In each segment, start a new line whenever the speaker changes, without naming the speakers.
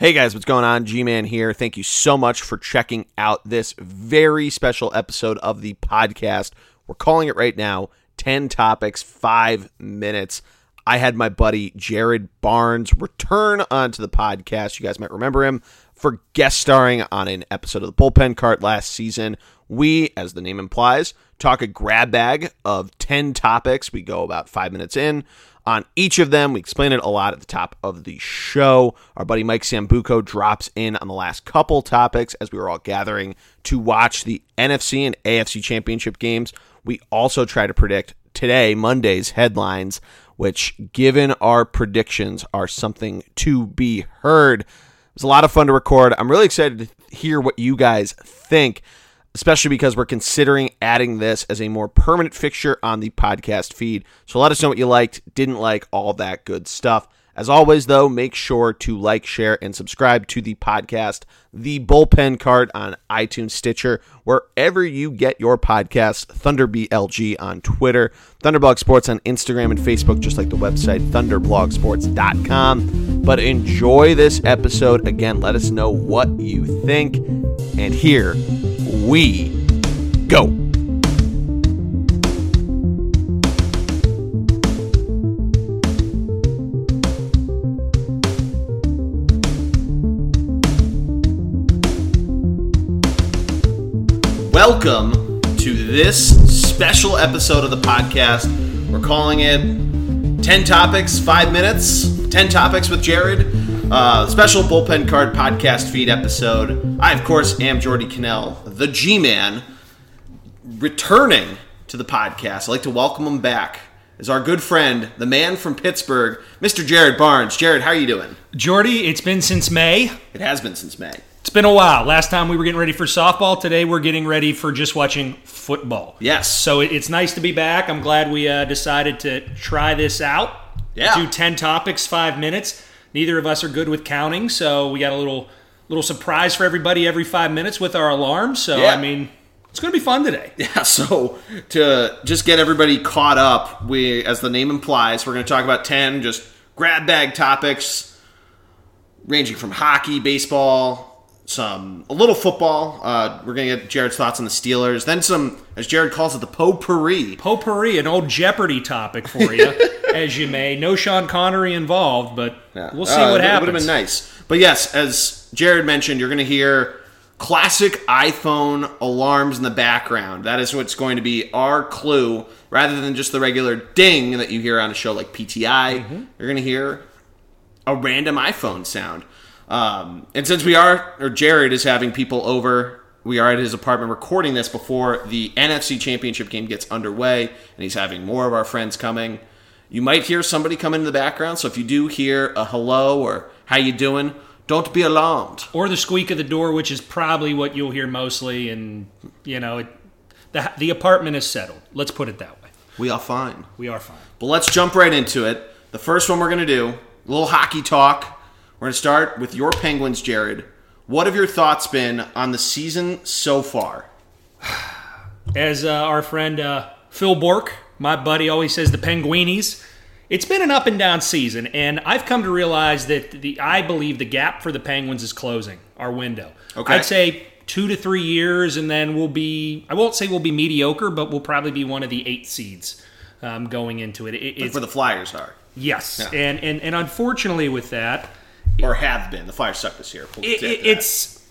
Hey guys, what's going on? G Man here. Thank you so much for checking out this very special episode of the podcast. We're calling it right now 10 Topics, 5 Minutes. I had my buddy Jared Barnes return onto the podcast. You guys might remember him for guest starring on an episode of the Bullpen Cart last season. We, as the name implies, talk a grab bag of 10 topics. We go about five minutes in on each of them. We explain it a lot at the top of the show. Our buddy Mike Sambuco drops in on the last couple topics as we were all gathering to watch the NFC and AFC championship games. We also try to predict today, Monday's headlines, which, given our predictions, are something to be heard. It was a lot of fun to record. I'm really excited to hear what you guys think, especially because we're considering adding this as a more permanent fixture on the podcast feed. So let us know what you liked, didn't like, all that good stuff. As always, though, make sure to like, share, and subscribe to the podcast, The Bullpen Card on iTunes, Stitcher, wherever you get your podcasts, ThunderBLG on Twitter, Thunderblog Sports on Instagram and Facebook, just like the website, thunderblogsports.com. But enjoy this episode. Again, let us know what you think. And here we go. Welcome to this special episode of the podcast. We're calling it 10 Topics, 5 Minutes, 10 Topics with Jared, uh, special bullpen card podcast feed episode. I, of course, am Jordy Cannell, the G Man, returning to the podcast. I'd like to welcome him back. Is our good friend, the man from Pittsburgh, Mr. Jared Barnes. Jared, how are you doing?
Jordy, it's been since May.
It has been since May.
It's been a while. Last time we were getting ready for softball. Today we're getting ready for just watching football.
Yes.
So it- it's nice to be back. I'm glad we uh, decided to try this out.
Yeah.
Do ten topics, five minutes. Neither of us are good with counting, so we got a little little surprise for everybody every five minutes with our alarm. So
Yeah.
I mean, it's going to be fun today.
Yeah, so to just get everybody caught up, we, as the name implies, we're going to talk about 10 just grab bag topics ranging from hockey, baseball, some a little football. Uh, we're going to get Jared's thoughts on the Steelers, then some, as Jared calls it, the potpourri.
Potpourri, an old Jeopardy topic for you, as you may. No Sean Connery involved, but we'll see
Uh,
what
it
happens.
would have been nice. But yes, as Jared mentioned, you're going to hear classic iPhone alarms in the background. That is what's going to be our clue rather than just the regular ding that you hear on a show like PTI.
Mm-hmm.
You're going to hear a random iPhone sound. Um, and since we are, or Jared is having people over, we are at his apartment recording this before the NFC Championship game gets underway, and he's having more of our friends coming. You might hear somebody come in the background, so if you do hear a hello or how you doing, don't be alarmed.
or the squeak of the door, which is probably what you'll hear mostly. And you know, it, the the apartment is settled. Let's put it that way.
We are fine.
We are fine.
But let's jump right into it. The first one we're going to do, a little hockey talk. We're going to start with your Penguins, Jared. What have your thoughts been on the season so far?
As uh, our friend uh, Phil Bork, my buddy, always says, the Penguinis. It's been an up and down season, and I've come to realize that the I believe the gap for the Penguins is closing. Our window.
Okay.
I'd say two to three years, and then we'll be. I won't say we'll be mediocre, but we'll probably be one of the eight seeds um, going into it. it it's,
Where the Flyers are.
yes, and, and and unfortunately with that,
or have been. The Fire suck this year. We'll
it,
get
it-
to that.
it's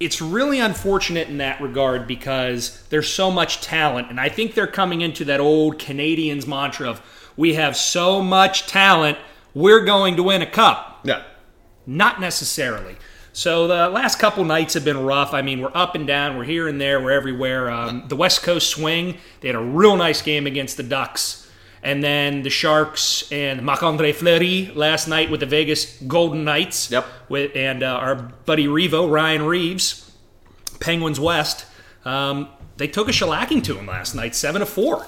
it's really unfortunate in that regard because there's so much talent, and I think they're coming into that old Canadians mantra of we have so much talent, we're going to win a cup.
yeah.
Not necessarily. So the last couple nights have been rough. I mean, we're up and down, we're here and there, we're everywhere. Um, the West Coast swing, they had a real nice game against the Ducks. And then the Sharks and Marc Andre Fleury last night with the Vegas Golden Knights
Yep.
with and uh, our buddy Revo Ryan Reeves, Penguins West. Um, they took a shellacking to him last night, seven to four.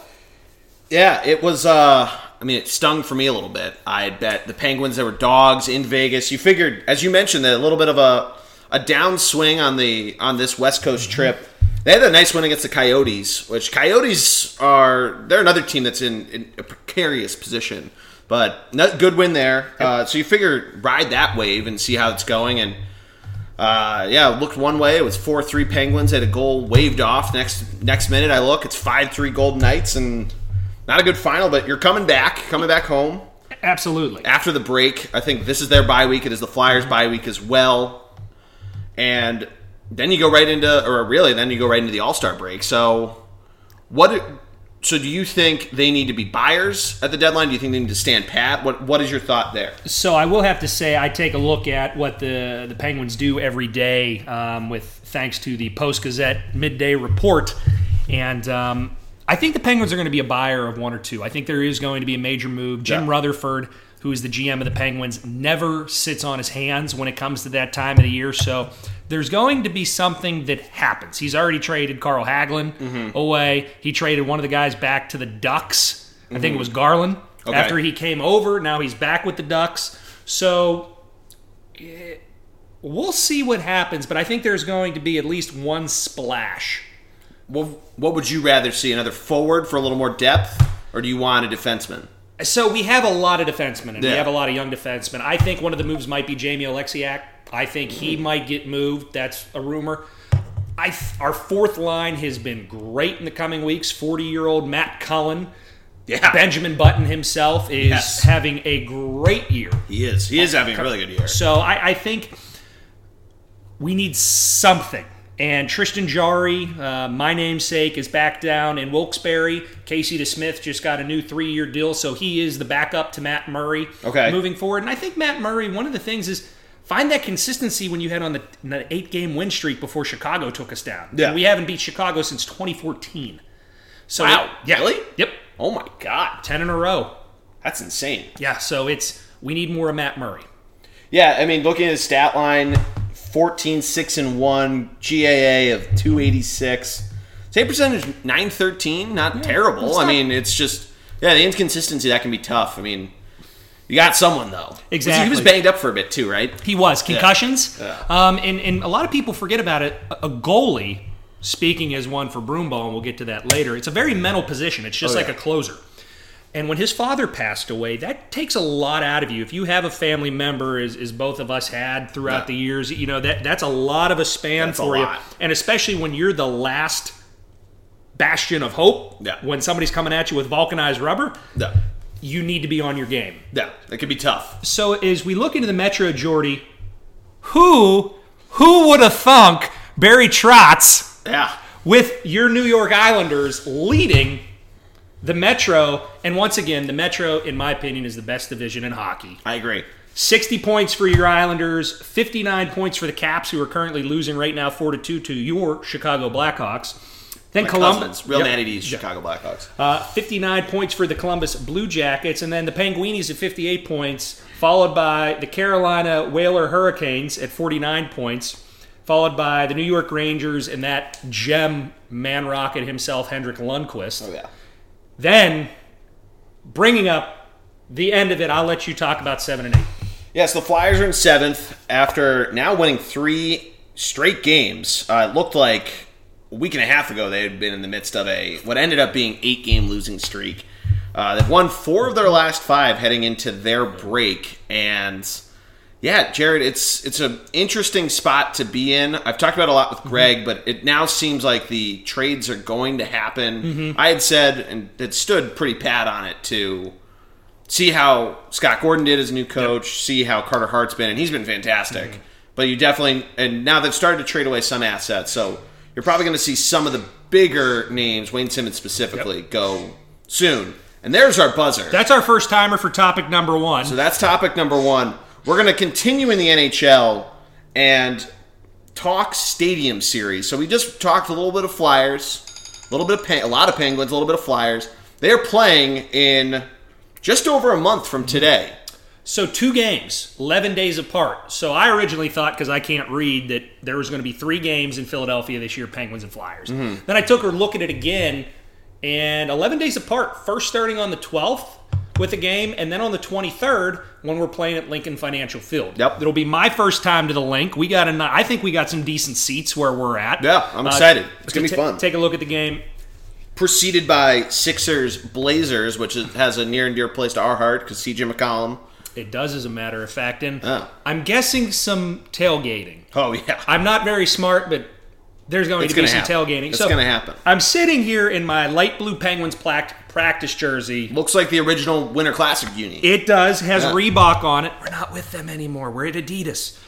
Yeah, it was. uh I mean, it stung for me a little bit. I had bet the Penguins there were dogs in Vegas. You figured, as you mentioned, that a little bit of a a downswing on the on this West Coast trip. They had a nice win against the Coyotes, which Coyotes are they're another team that's in, in a precarious position. But no, good win there. Uh, so you figure ride that wave and see how it's going. And uh, yeah, it looked one way. It was four three Penguins had a goal waved off. Next next minute, I look, it's five three Golden Knights, and not a good final. But you're coming back, coming back home
Absolutely.
after the break. I think this is their bye week. It is the Flyers' bye week as well, and then you go right into, or really, then you go right into the All Star break. So, what? So, do you think they need to be buyers at the deadline? Do you think they need to stand pat? What What is your thought there?
So I will have to say I take a look at what the the Penguins do every day um, with thanks to the Post Gazette midday report, and um, I think the Penguins are going to be a buyer of one or two. I think there is going to be a major move. Jim
Yeah.
Rutherford, who is the GM of the Penguins, never sits on his hands when it comes to that time of the year. So there's going to be something that happens. He's already traded Carl Hagelin
Mm-hmm.
away. He traded one of the guys back to the Ducks. I think it was Garland.
Mm-hmm. Okay.
After he came over, now he's back with the Ducks. So eh, We'll see what happens, but I think there's going to be at least one splash.
What What would you rather see? Another forward for a little more depth, or do you want a defenseman?
So we have a lot of defensemen, and we
Yeah.
have a lot of young defensemen. I think one of the moves might be Jamie Alexiak. I think he
Mm-hmm.
might get moved. That's a rumor. I th- our fourth line has been great in the coming weeks. Forty-year-old Matt Cullen,
Yeah,
Benjamin Button himself is
Yes.
having a great year.
he is. He is having a really good year.
So I, I think we need something. And Tristan Jari, uh, my namesake, is back down in Wilkes-Barre. Casey DeSmith just got a new three-year deal, so he is the backup to Matt Murray
Okay.
moving forward. And I think Matt Murray, one of the things is find that consistency when you had on the, in the eight-game win streak before Chicago took us down.
Yeah.
And we haven't beat Chicago since 2014. So
Wow,
yeah.
really?
Yep,
Oh my god,
10 in a row.
that's insane.
Yeah, so it's we need more of Matt Murray.
Yeah, I mean, looking at his stat line, 14, 6, and 1, GAA of 286. Save percentage, 913, not terrible.
it's
I
not-
mean, it's just, yeah, the inconsistency, that can be tough. I mean, you got someone, though.
Exactly.
He was banged up for a bit, too, right?
He was concussions,
Yeah.
Um, and and a lot of people forget about it. A a goalie, speaking as one for Broomball, and we'll get to that later. It's a very mental position. It's just
Oh,
like
yeah.
a closer. And when his father passed away, that takes a lot out of you. If you have a family member, as, as both of us had throughout
Yeah.
the years, you know that that's a lot of a span
That's a
for you,
lot.
and especially when you're the last bastion of hope.
Yeah.
When somebody's coming at you with vulcanized rubber,
No.
you need to be on your game.
No. That could be tough.
So as we look into the Metro Jordy, who who would have thunk Barry Trotz
Yeah.
with your New York Islanders leading the Metro? And once again, the Metro, in my opinion, is the best division in hockey.
I agree.
60 points for your Islanders, 59 points for the Caps, who are currently losing right now 4 to 2 to your Chicago Blackhawks. Then Columbus.
Cousins, real
Yep.
natty D's, Chicago Blackhawks.
Uh, 59 points for the Columbus Blue Jackets, and then the Penguinis at 58 points, followed by the Carolina Whaler Hurricanes at 49 points, followed by the New York Rangers and that gem man rocket himself, Hendrik Lundqvist.
yeah.
Then, bringing up the end of it, I'll let you talk about 7 and 8.
Yes, the Flyers are in seventh after now winning three straight games. Uh, it looked like a week and a half ago they had been in the midst of a what ended up being eight game losing streak. Uh, they've won four of their last five heading into their break, and yeah, Jared, it's it's an interesting spot to be in. I've talked about it a lot with Greg, but it now seems like the trades are going to happen. I had said and it stood pretty pat on it too see how Scott Gordon did as new coach, see how Carter Hart's been, and he's been fantastic. But you definitely, and now they've started to trade away some assets, so you're probably going to see some of the bigger names, Wayne Simmons specifically, go soon. And there's our buzzer.
That's our first timer for topic number one.
So that's topic number one. We're going to continue in the NHL and talk stadium series. So we just talked a little bit of Flyers, a little bit of Pen- a lot of Penguins, a little bit of Flyers. They're playing in just over a month from today.
So two games, eleven days apart. So I originally thought because I can't read that there was going to be three games in Philadelphia this year, Penguins and Flyers.
Mm-hmm.
Then I took a look at it again, and eleven days apart. First starting on the twelfth with a game, and then on the twenty third when we're playing at Lincoln Financial Field.
Yep.
it'll be my first time to the link. We got a, ni- I think we got some decent seats where we're at.
Yeah, I'm
Uh,
excited. It's gonna be
ta-
fun.
Take a look at the game.
preceded by Sixers Blazers, which is, has a near and dear place to our heart because CJ McCollum.
It does, as a matter of fact. And
Oh.
I'm guessing some tailgating.
Oh yeah,
I'm not very smart, but there's going
It's
to be some
gonna happen.
tailgating.
It's
so
gonna happen.
I'm sitting here in my light blue Penguins plac- practice jersey.
looks like the original Winter Classic uni.
It does has
Yeah.
Reebok on it. We're not with them anymore. We're at Adidas.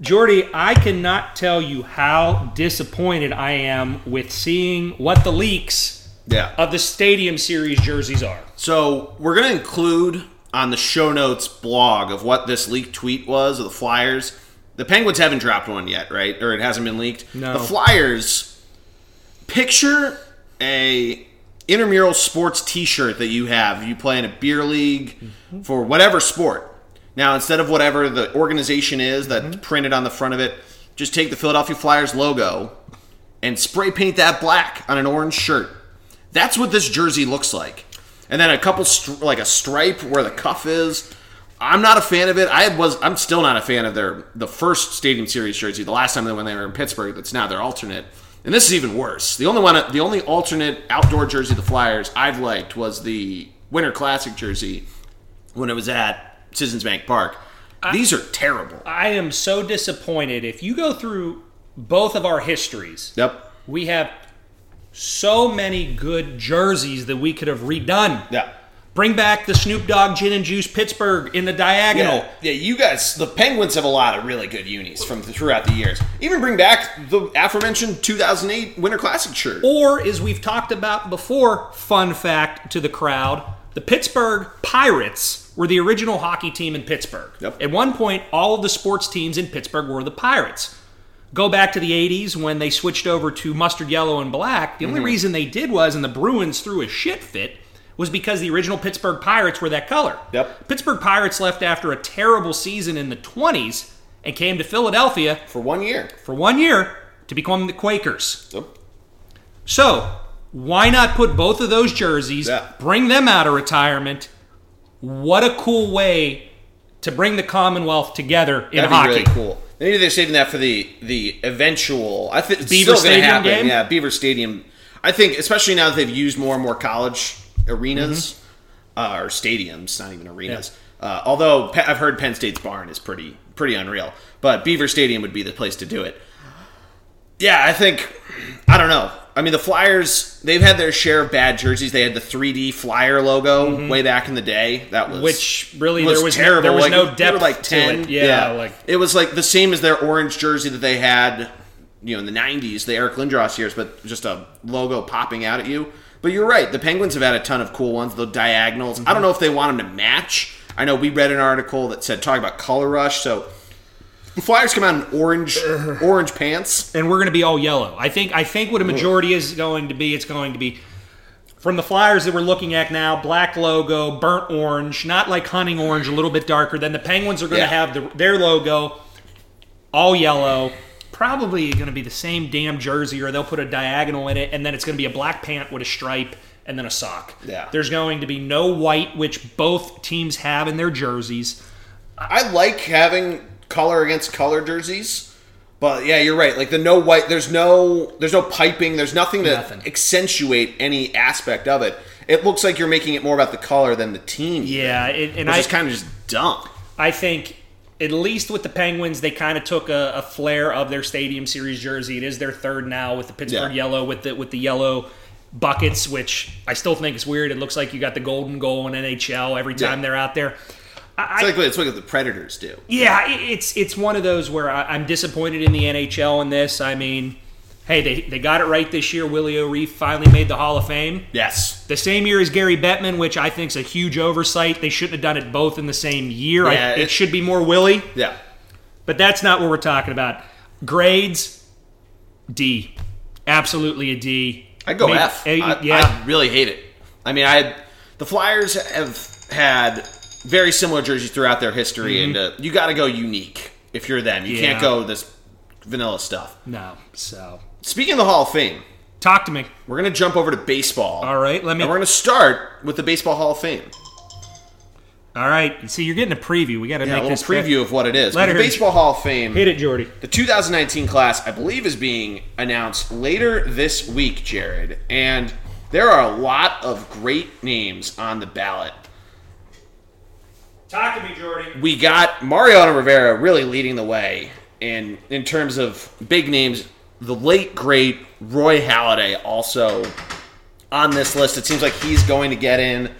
Jordy, I cannot tell you how disappointed I am with seeing what the leaks
yeah.
of the Stadium Series jerseys are.
So we're gonna include on the show notes blog of what this leaked tweet was of the Flyers. The Penguins haven't dropped one yet, right? Or it hasn't been leaked.
No.
The Flyers picture a intramural sports T-shirt that you have. You play in a beer league for whatever sport. Now, instead of whatever the organization is that's printed on the front of it, just take the Philadelphia Flyers logo and spray paint that black on an orange shirt. That's what this jersey looks like. And then a couple str- like a stripe where the cuff is. I'm not a fan of it. I was I'm still not a fan of their the first Stadium Series jersey. The last time they when they were in Pittsburgh, that's now their alternate. And this is even worse. The only one the only alternate outdoor jersey the Flyers I've liked was the Winter Classic jersey when it was at Citizens Bank Park. These are terrible.
I am so disappointed. If you go through both of our histories,
yep.
we have so many good jerseys that we could have redone.
Yeah.
Bring back the Snoop Dogg Gin and Juice Pittsburgh in the diagonal.
Yeah, yeah, you guys, the Penguins have a lot of really good unis from throughout the years. Even bring back the aforementioned 2008 Winter Classic shirt.
Or, as we've talked about before, fun fact to the crowd the Pittsburgh Pirates were the original hockey team in Pittsburgh.
Yep.
At one point, all of the sports teams in Pittsburgh were the Pirates. Go back to the 80s when they switched over to mustard yellow and black. The
Mm-hmm.
only reason they did was, and the Bruins threw a shit fit, was because the original Pittsburgh Pirates were that color.
Yep.
Pittsburgh Pirates left after a terrible season in the 20s and came to Philadelphia
For one year.
for one year to become the Quakers.
Yep.
So, why not put both of those jerseys,
Yeah.
bring them out of retirement? What a cool way to bring the Commonwealth together in
That'd be
hockey.
really cool. Maybe they're saving that for the the eventual. I think it's still
Beaver
gonna
Stadium
happen.
game?
Yeah, Beaver Stadium. I think, especially now that they've used more and more college arenas
Mm-hmm.
uh, or stadiums, not even arenas. Uh, although Pe- I've heard Penn State's barn is pretty pretty unreal, but Beaver Stadium would be the place to do it. Yeah, I think I don't know. I mean, the Flyers they've had their share of bad jerseys. They had the 3D Flyer logo way back in the day. That was
Mm-hmm. Which, really, there was no- there was
Like,
no
we were
depth
like
to it.
10.
Yeah, like-
it was like the same as their orange jersey that they had, you know, in the '90s, the Eric Lindros years, but just a logo popping out at you. But you're right. The Penguins have had a ton of cool ones. The diagonals. I
Mm-hmm.
don't know if they want them to match. I know we read an article that said talking about color rush. So the Flyers come out in orange, orange pants.
And we're going to be all yellow. I think I think
Mm-hmm.
what a majority is going to be, it's going to be from the flyers that we're looking at now, black logo, burnt orange, not like hunting orange, a little bit darker. Then the Penguins are going
Yeah.
to have the, their logo all yellow. Probably going to be the same damn jersey, or they'll put a diagonal in it, and then it's going to be a black pant with a stripe and then a sock.
Yeah.
There's going to be no white, which both teams have in their jerseys.
I like having color against color jerseys. But yeah, you're right. Like the no white, there's no there's no piping, there's nothing to
Nothing.
accentuate any aspect of it. It looks like you're making it more about the color than the team.
Yeah, it, and
Which
I
is kind of just dumb.
I think at least with the Penguins, they kind of took a, a flair of their Stadium Series jersey. It is their third now with the Pittsburgh
Yeah.
yellow with the with the yellow buckets, which I still think is weird. It looks like you got the golden goal in NHL every time
Yeah.
they're out there.
It's like it's like what the Predators do.
Yeah, i- it's it's one of those where I, I'm disappointed in the NHL in this. I mean, hey, they, they got it right this year. Willie O'Ree finally made the Hall of Fame.
Yes.
The same year as Gary Bettman, which I think is a huge oversight. They shouldn't have done it both in the same year. I-
Yeah,
it,
it-
should be more Willie.
Yeah.
But that's not what we're talking about. Grades, D. Absolutely a D.
I go
Maybe-
F.
A-
I-
yeah.
I really hate it. I mean, I the Flyers have had very similar jerseys throughout their history, and uh, you got to go unique if you're them. You
Mm-hmm. Yeah.
can't go this vanilla stuff.
no. So
Speaking of the Hall of Fame,
talk to me.
we're gonna jump over to baseball.
All right. Let me.
And we're gonna start with the Baseball Hall of Fame.
All right. See, you're getting a preview. We got to
Yeah, a
make
little
this fit.
preview of what it is. But
Let
the
her-
Baseball Hall of Fame.
Hit it, Jordy.
The 2019 class, I believe, is being announced later this week, Jared. And there are a lot of great names on the ballot.
Talk to me, Jordy.
We got Mariano Rivera really leading the way in in terms of big names. The late great Roy Halladay also on this list. It seems like he's going to get in.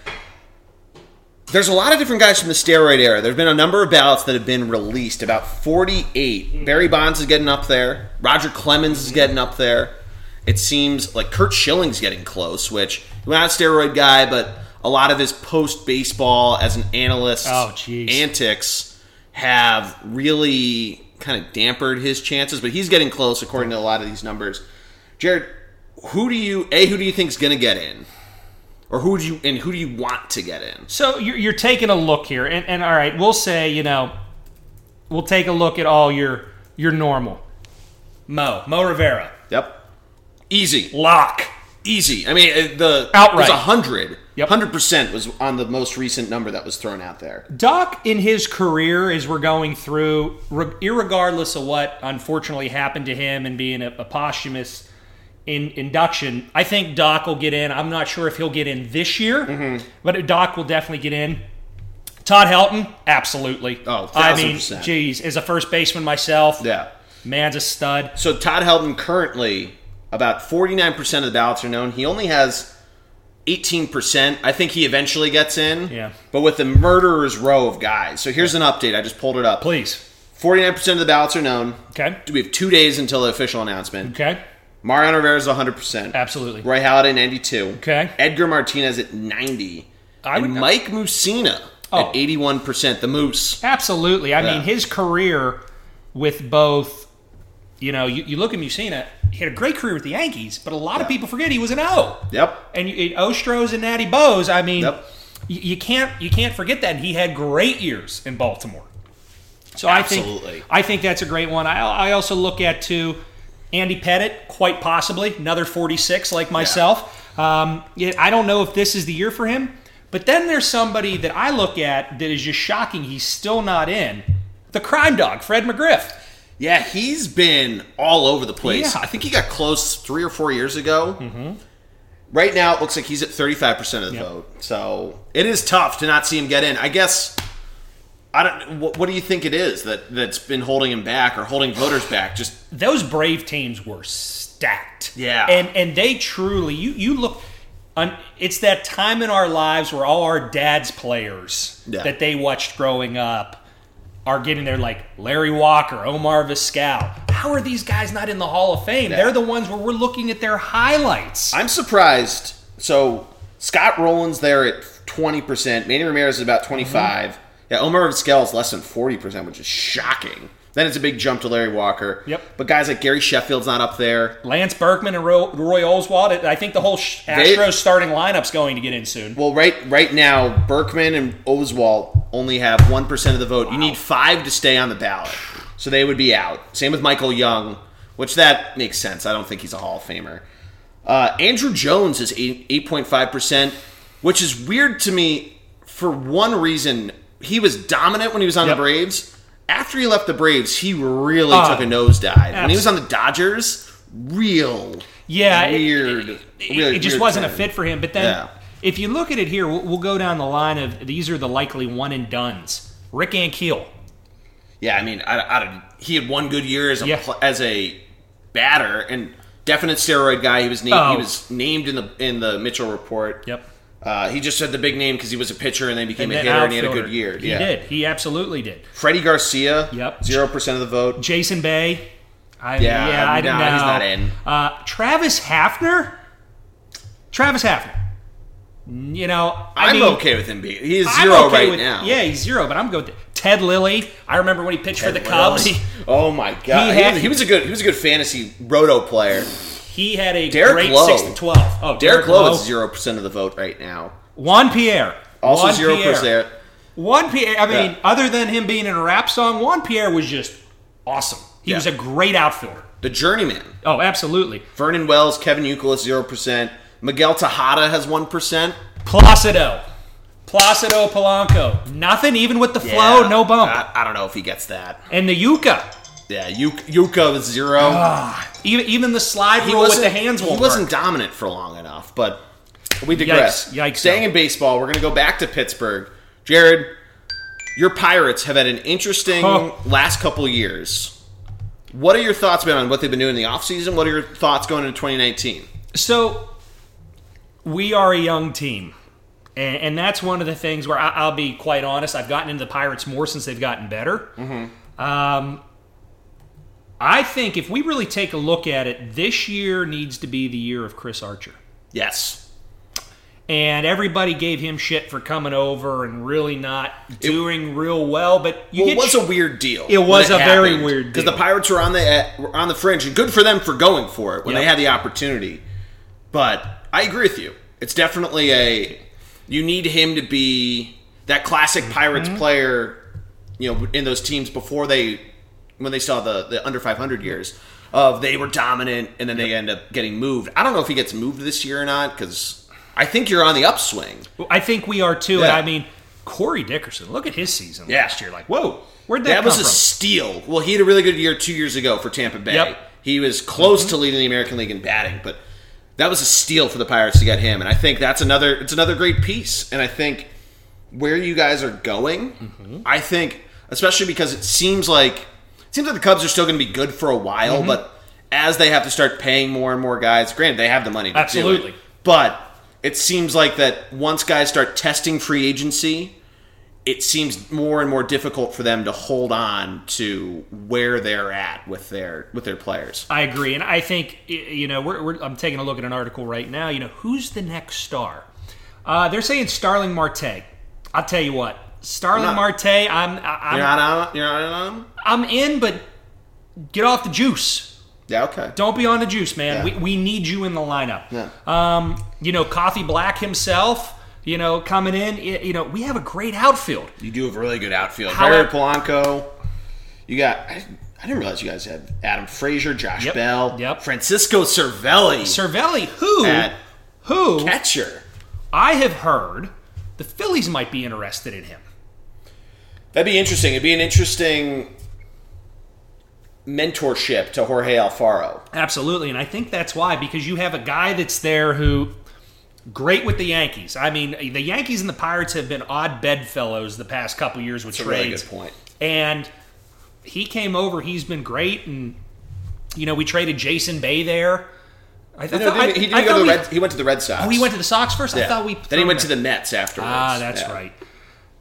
There's a lot of different guys from the steroid era. There's been a number of ballots that have been released, about
Mm.
48. Barry Bonds is getting up there. Roger Clemens is getting up there. It seems like Kurt Schilling's getting close, which he not a steroid guy, but a lot of his post baseball as an analyst
Oh, jeez.
antics have really kind of dampered his chances, but he's getting close according to a lot of these numbers. Jared, who do you a who do you think's going to get in? Or who do you and who do you want to get in?
So you're, you're taking a look here, and, and all right, we'll say you know, we'll take a look at all your your normal. Mo Mo Rivera
Yep. Easy.
lock.
Easy. I mean, uh, the
Outright.
it was 100.
Yep.
100% was on the most recent number that was thrown out there.
Doc, in his career, as we're going through, re- irregardless of what unfortunately happened to him and being a, a posthumous in, induction, I think Doc will get in. I'm not sure if he'll get in this year,
Mm-hmm.
but Doc will definitely get in. Todd Helton, absolutely.
Oh,
I mean,
1000%.
geez, as a first baseman myself,
Yeah.
man's a stud.
So Todd Helton currently about 49% of the ballots are known. He only has 18%. I think he eventually gets in.
Yeah.
But with the murderer's row of guys. So here's an update. I just pulled it up.
Please.
49% of the ballots are known.
Okay.
We have 2 days until the official announcement.
Okay.
Mariano Rivera is 100%.
Absolutely.
Roy Halladay 92.
Okay.
Edgar Martinez at 90.
I
and
would-
Mike Musina
Oh.
at 81%. The Moose.
Absolutely. I
Yeah.
mean, his career with both, you know, you, you look at Mussina, he had a great career with the Yankees, but a lot of people forget he was an O.
Yep.
And, you, and Ostros and Natty Bowes, I mean,
Yep.
you, you can't you can't forget that. And he had great years in Baltimore. So I
Absolutely.
think I think that's a great one. I, I also look at too Andy Pettit, quite possibly another 46 like myself. Um, yeah, I don't know if this is the year for him, but then there's somebody that I look at that is just shocking. He's still not in the crime dog, Fred McGriff.
Yeah, he's been all over the place.
Yeah. Mm-hmm.
I think he got close three or four years ago. Right now, it looks like he's at 35% of the
Yep.
vote. So it is tough to not see him get in. I guess, I don't. What, what do you think it is that, that's been holding him back or holding voters back? Just
those brave teams were stacked.
Yeah.
and and they truly you you look. On, it's that time in our lives where all our dad's players
Yeah.
that they watched growing up are getting there, like Larry Walker, Omar Vizquel. How are these guys not in the Hall of Fame? They're the ones where we're looking at their highlights.
I'm surprised. So Scott Rowland's there at 20%. Manny Ramirez is about 25. Yeah, Omar Vizquel is less than 40%, which is shocking. Then it's a big jump to Larry Walker.
Yep.
But guys like Gary Sheffield's not up there.
Lance Berkman and Roy, Roy Oswald. I think the whole sh-
They-
Astros starting lineup's going to get in soon.
Well, right right now, Berkman and Oswald only have 1% of the vote. You need five to stay on the ballot. So they would be out. Same with Michael Young, which that makes sense. I don't think he's a Hall of Famer. Uh, Andrew Jones is eight- 8.5%, which is weird to me for one reason. He was dominant when he was on
Yep.
the Braves. After he left the Braves, he really
Ah.
took a nosedive. When he was on the Dodgers, real
yeah, it-
weird.
It, it-
really
it just
weird
wasn't a
trend.
fit for him. But then,
Yeah.
if you look at it here, we'll, we'll go down the line of these are the likely one and duns. Rick Ankiel,
Yeah, I mean, I, I don't- he had one good year as a
Yeah.
pl- as a batter and definite steroid guy. He was named
Oh.
he was named in the in the Mitchell report.
yep,
Uh, he just had the big name because he was a pitcher and then became
and
a
then
hitter and he had a
outfielder.
good year.
He
yeah.
did. He absolutely did.
Freddie Garcia,
Yep.
zero percent of the vote.
Jason Bay, I,
Yeah,
yeah, I don't
no,
know.
he's not in.
Uh, Travis Hafner, Travis Hafner. You know, I
I'm
mean,
okay with him being he is
I'm
zero
okay
right
with,
now.
Yeah, he's zero, but I'm good. With it. Ted Lilly, I remember when he pitched for the Cubs.
Really? Oh my god,
He
he,
had-
he was a good he was a good fantasy roto player.
He had a
Derek
great
Lowe.
six to twelve. Oh,
Derek Lowe is zero percent of the vote right now.
Juan Pierre.
Also
Juan
zero
Pierre.
percent.
Juan Pierre. I mean,
Yeah.
other than him being in a rap song, Juan Pierre was just awesome. He
Yeah.
was a great outfielder.
The journeyman.
Oh, absolutely.
Vernon Wells, Kevin Youkilis, zero percent. Miguel Tejada has one percent.
Placido. Placido Polanco. Nothing, even with the flow, no bump.
I, I don't know if he gets that.
and the Yuka.
Yeah, Yu- Yuka was zero.
Ah. Even, e-, even the slide
he
rule with
wasn't
the hands
He
won't
wasn't
work.
dominant for long enough, but we digress.
Yikes, yikes,
Staying
though.
in baseball, we're going to go back to Pittsburgh. Jared, your Pirates have had an interesting
Huh.
last couple years. What are your thoughts been on what they've been doing in the offseason? What are your thoughts going into 2019?
So we are a young team. And, and that's one of the things where I, I'll be quite honest. I've gotten into the Pirates more since they've gotten better.
Mm-hmm.
Um, I think if we really take a look at it, this year needs to be the year of Chris Archer.
Yes.
And everybody gave him shit for coming over and really not doing real well. But you
Well,
get
it was
sh-
a weird deal.
It was a very weird
because the
deal.
Pirates were on the uh, were on the fringe, and good for them for going for it when they
Yeah.
had the opportunity. But I agree with you. It's definitely a you need him to be that classic
Mm-hmm.
Pirates player, you know, in those teams before they when they saw the the under 500 years of they were dominant and then they end up getting moved. I don't know if he gets moved this year or not because I think you're on the upswing.
I think we are too. And
Yeah.
I mean, Corey Dickerson, look at his season
Yeah.
last year. Like, whoa, where'd that,
That
come
was a
from?
steal. Well, he had a really good year two years ago for Tampa Bay.
Yep. Mm-hmm.
He was close to leading the American League in batting, but that was a steal for the Pirates to get him. And I think that's another it's another great piece. And I think where you guys are going, I think especially because it seems like it seems like the Cubs are still going to be good for a while, but as they have to start paying more and more guys, granted they have the money to do it.
Absolutely.
but it seems like that once guys start testing free agency, it seems more and more difficult for them to hold on to where they're at with their with their players.
I agree, and I think y- you know we're, we're, I'm taking a look at an article right now. You know who's the next star? Uh, they're saying Starling Marte. I'll tell you what, Starling
No.
Marte. I'm I-
You're
I'm,
not on. You're not on. them?
I'm in, but get off the juice.
Yeah. Okay.
Don't be on the juice, man.
Yeah.
We, we need you in the lineup.
Yeah.
Um, you know, Coffee Black himself. You know, coming in. y- You know, we have a great outfield.
You do have a really good outfield.
How-
Jared Polanco. You got. I, I didn't realize you guys had Adam Frazier, Josh
Yep.
Bell,
Yep.
Francisco Cervelli,
Cervelli, who
at
who
catcher.
I have heard the Phillies might be interested in him.
That'd be interesting. It'd be an interesting mentorship to Jorge Alfaro.
Absolutely, and I think that's why because you have a guy that's there who great with the Yankees. I mean, the Yankees and the Pirates have been odd bedfellows the past couple years with
It's a
trades.
really good point.
And he came over. He's been great, and you know we traded Jason Bay there. I, th-
No,
I-
didn't he, he
I
didn't go to the
we,
Red, he went to the Red Sox.
oh, he went to the Sox first. I
Yeah.
thought we
then he
threw
went
him
to the Mets afterwards.
Ah, that's
Yeah.
right.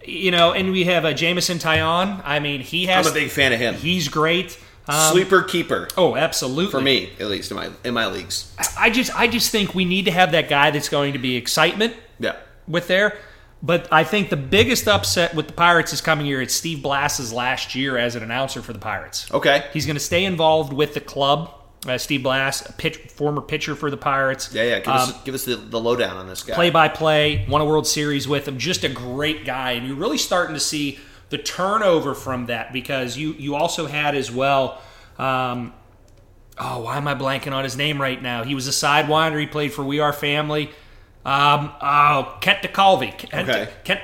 You know, and we have a Jamison Tyon. I mean, he
I'm
has.
a big fan of him.
He's great. Um,
Sleeper keeper
oh, absolutely.
for me, at least in my in my leagues.
I just I just think we need to have that guy that's going to be excitement
Yeah,
with there. But I think the biggest upset with the Pirates is coming here. It's Steve Blass's last year as an announcer for the Pirates.
okay.
He's going to stay involved with the club. Uh, Steve Blass, a pitch, former pitcher for the Pirates. Um,
yeah, yeah. Give us give us the, the lowdown on this guy.
play by play, won a World Series with him, just a great guy. And you're really starting to see the turnover from that because you you also had as well. Um, oh, why am I blanking on his name right now? He was a sidewinder. He played for We Are Family. Um, oh, Kent DeCalvey. Kent,
Okay.
Kent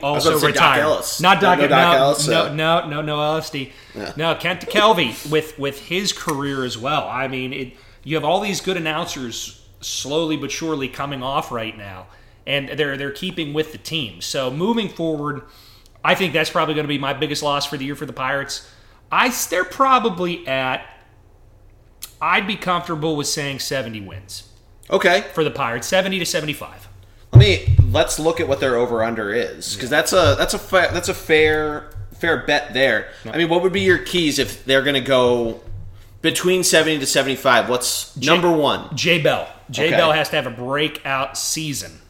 was about
also
to say Doc
retired.
Ellis.
Not Doc,
No, no
no,
Doc
no,
Ellis,
no,
uh,
no, no, no, LSD. No, Kent DeKelvey with with his career as well. I mean, it, you have all these good announcers slowly but surely coming off right now, and they're they're keeping with the team. So moving forward, I think that's probably going to be my biggest loss for the year for the Pirates. I they're probably at. I'd be comfortable with saying 70 wins
Okay,
for the Pirates, 70 to 75.
let me let's look at what their over under is because that's a that's a fa- that's a fair fair bet there. I mean, what would be your keys if they're going to go between seventy to seventy five? What's number one?
J Bell. J
Okay.
Bell has to have a breakout season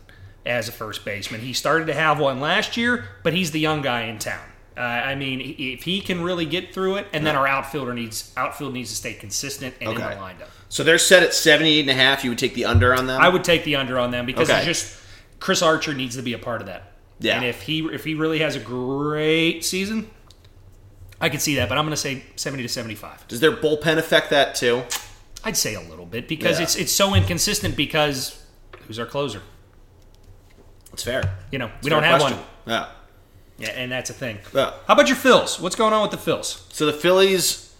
as a first baseman. He started to have one last year, but he's the young guy in town. Uh, I mean, i- if he can really get through it, and then our outfielder needs outfield needs to stay consistent and in
Okay.
the lineup.
So they're set at seventy eight and a half. You would take the under on them.
I would take the under on them because
Okay.
it's just Chris Archer needs to be a part of that.
Yeah.
And if he if he really has a great season, I could see that. But I'm going to say 70 to 75.
Does their bullpen affect that too?
I'd say a little bit because
Yeah.
it's it's so inconsistent because who's our closer?
It's fair.
You know, we don't have one.
Yeah.
Yeah, and that's a thing.
Yeah.
How about your Phils? What's going on with the Phils?
So the Phillies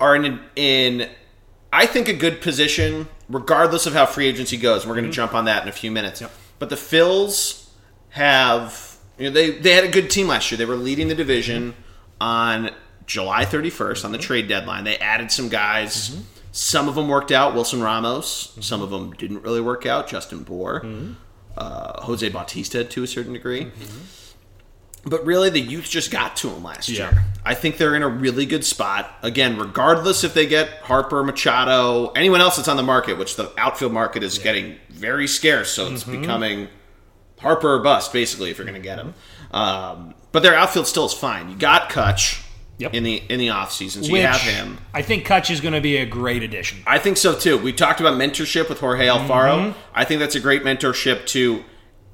are in, in I think, a good position, regardless of how free agency goes. We're going to jump on that in a few minutes. But the Phils have, you know, they, they had a good team last year. They were leading the division on July 31st on the trade deadline. They added some guys. Some of them worked out, Wilson Ramos. Some of them didn't really work out, Justin Bohr. Uh, Jose Bautista to a certain degree. But really, the youth just got to them last
Mm-hmm. Yeah.
year. I think they're in a really good spot. Again, regardless if they get Harper, Machado, anyone else that's on the market, which the outfield market is getting very scarce, so it's
Mm-hmm.
becoming Harper or bust, basically, if you're going to get him. Um, but their outfield still is fine. You got Kutch
Yep.
in the in the offseason, so you have him.
I think Kutch is going to be a great addition.
I think so too. We talked about mentorship with Jorge Alfaro. I think that's a great mentorship to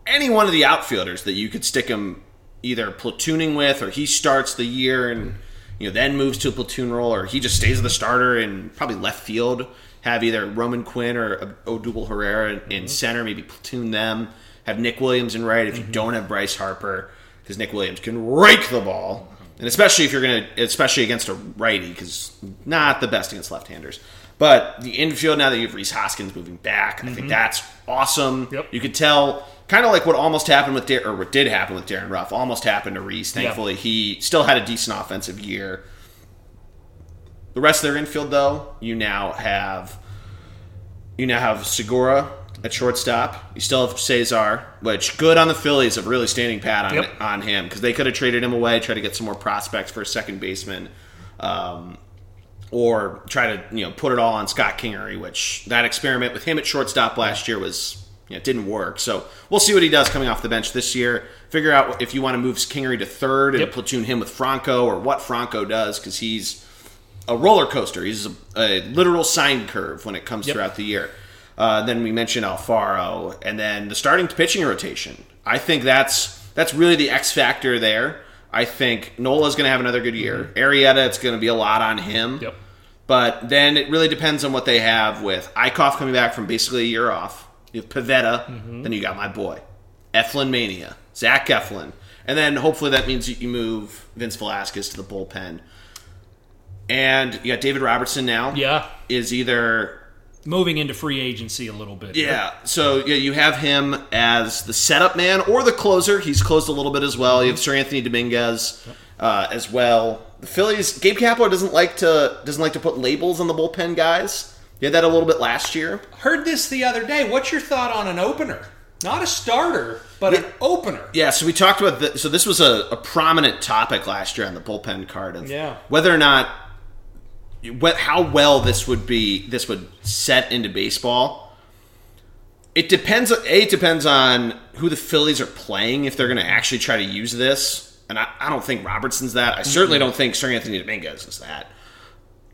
any one of the outfielders that you could stick him either platooning with, or he starts the year and you know then moves to a platoon role, or he just stays the starter in probably left field. Have either Roman Quinn or Odubel Herrera in center, maybe platoon them. Have Nick Williams in right if you don't have Bryce Harper, because Nick Williams can rake the ball, and especially if you're gonna, especially against a righty, because not the best against left-handers. But the infield now that you have Reese Hoskins moving back, I think that's awesome.
Yep.
You could tell kind of like what almost happened with Dar- or what did happen with Darren Ruff, almost happened to Reese. Thankfully, he still had a decent offensive year. The rest of their infield, though, you now have you now have Segura at shortstop. You still have Cesar, which good on the Phillies of really standing pat on
Yep.
on him because they could have traded him away, try to get some more prospects for a second baseman. Um, or try to you know put it all on Scott Kingery, which that experiment with him at shortstop last year was you know, it didn't work. So we'll see what he does coming off the bench this year. Figure out if you want to move Kingery to third and
Yep.
platoon him with Franco, or what Franco does because he's a roller coaster. He's a, a literal sine curve when it comes throughout the year. Uh, then we mentioned Alfaro, and then the starting pitching rotation. I think that's that's really the X factor there. I think Nola's going to have another good year. Arietta, it's going to be a lot on him.
Yep.
But then it really depends on what they have with Eichhoff coming back from basically a year off. You have Pavetta, then you got my boy, Eflin Mania, Zach Eflin. And then hopefully that means that you move Vince Velasquez to the bullpen. And you got David Robertson now.
Yeah,
Is either
moving into free agency a little bit.
yeah. So yeah, you have him as the setup man or the closer. He's closed a little bit as well. You have Sir Anthony Dominguez uh, as well. The Phillies. Gabe Kapler doesn't like to doesn't like to put labels on the bullpen guys. You had that a little bit last year.
Heard this the other day. What's your thought on an opener? Not a starter, but an opener.
Yeah, so we talked about the, so this was a, a prominent topic last year on the bullpen card of
Yeah.
whether or not what how well this would be this would set into baseball. It depends. A it depends on who the Phillies are playing if they're going to actually try to use this, and I, I don't think Robertson's that. I certainly don't think Sir Anthony Dominguez is that.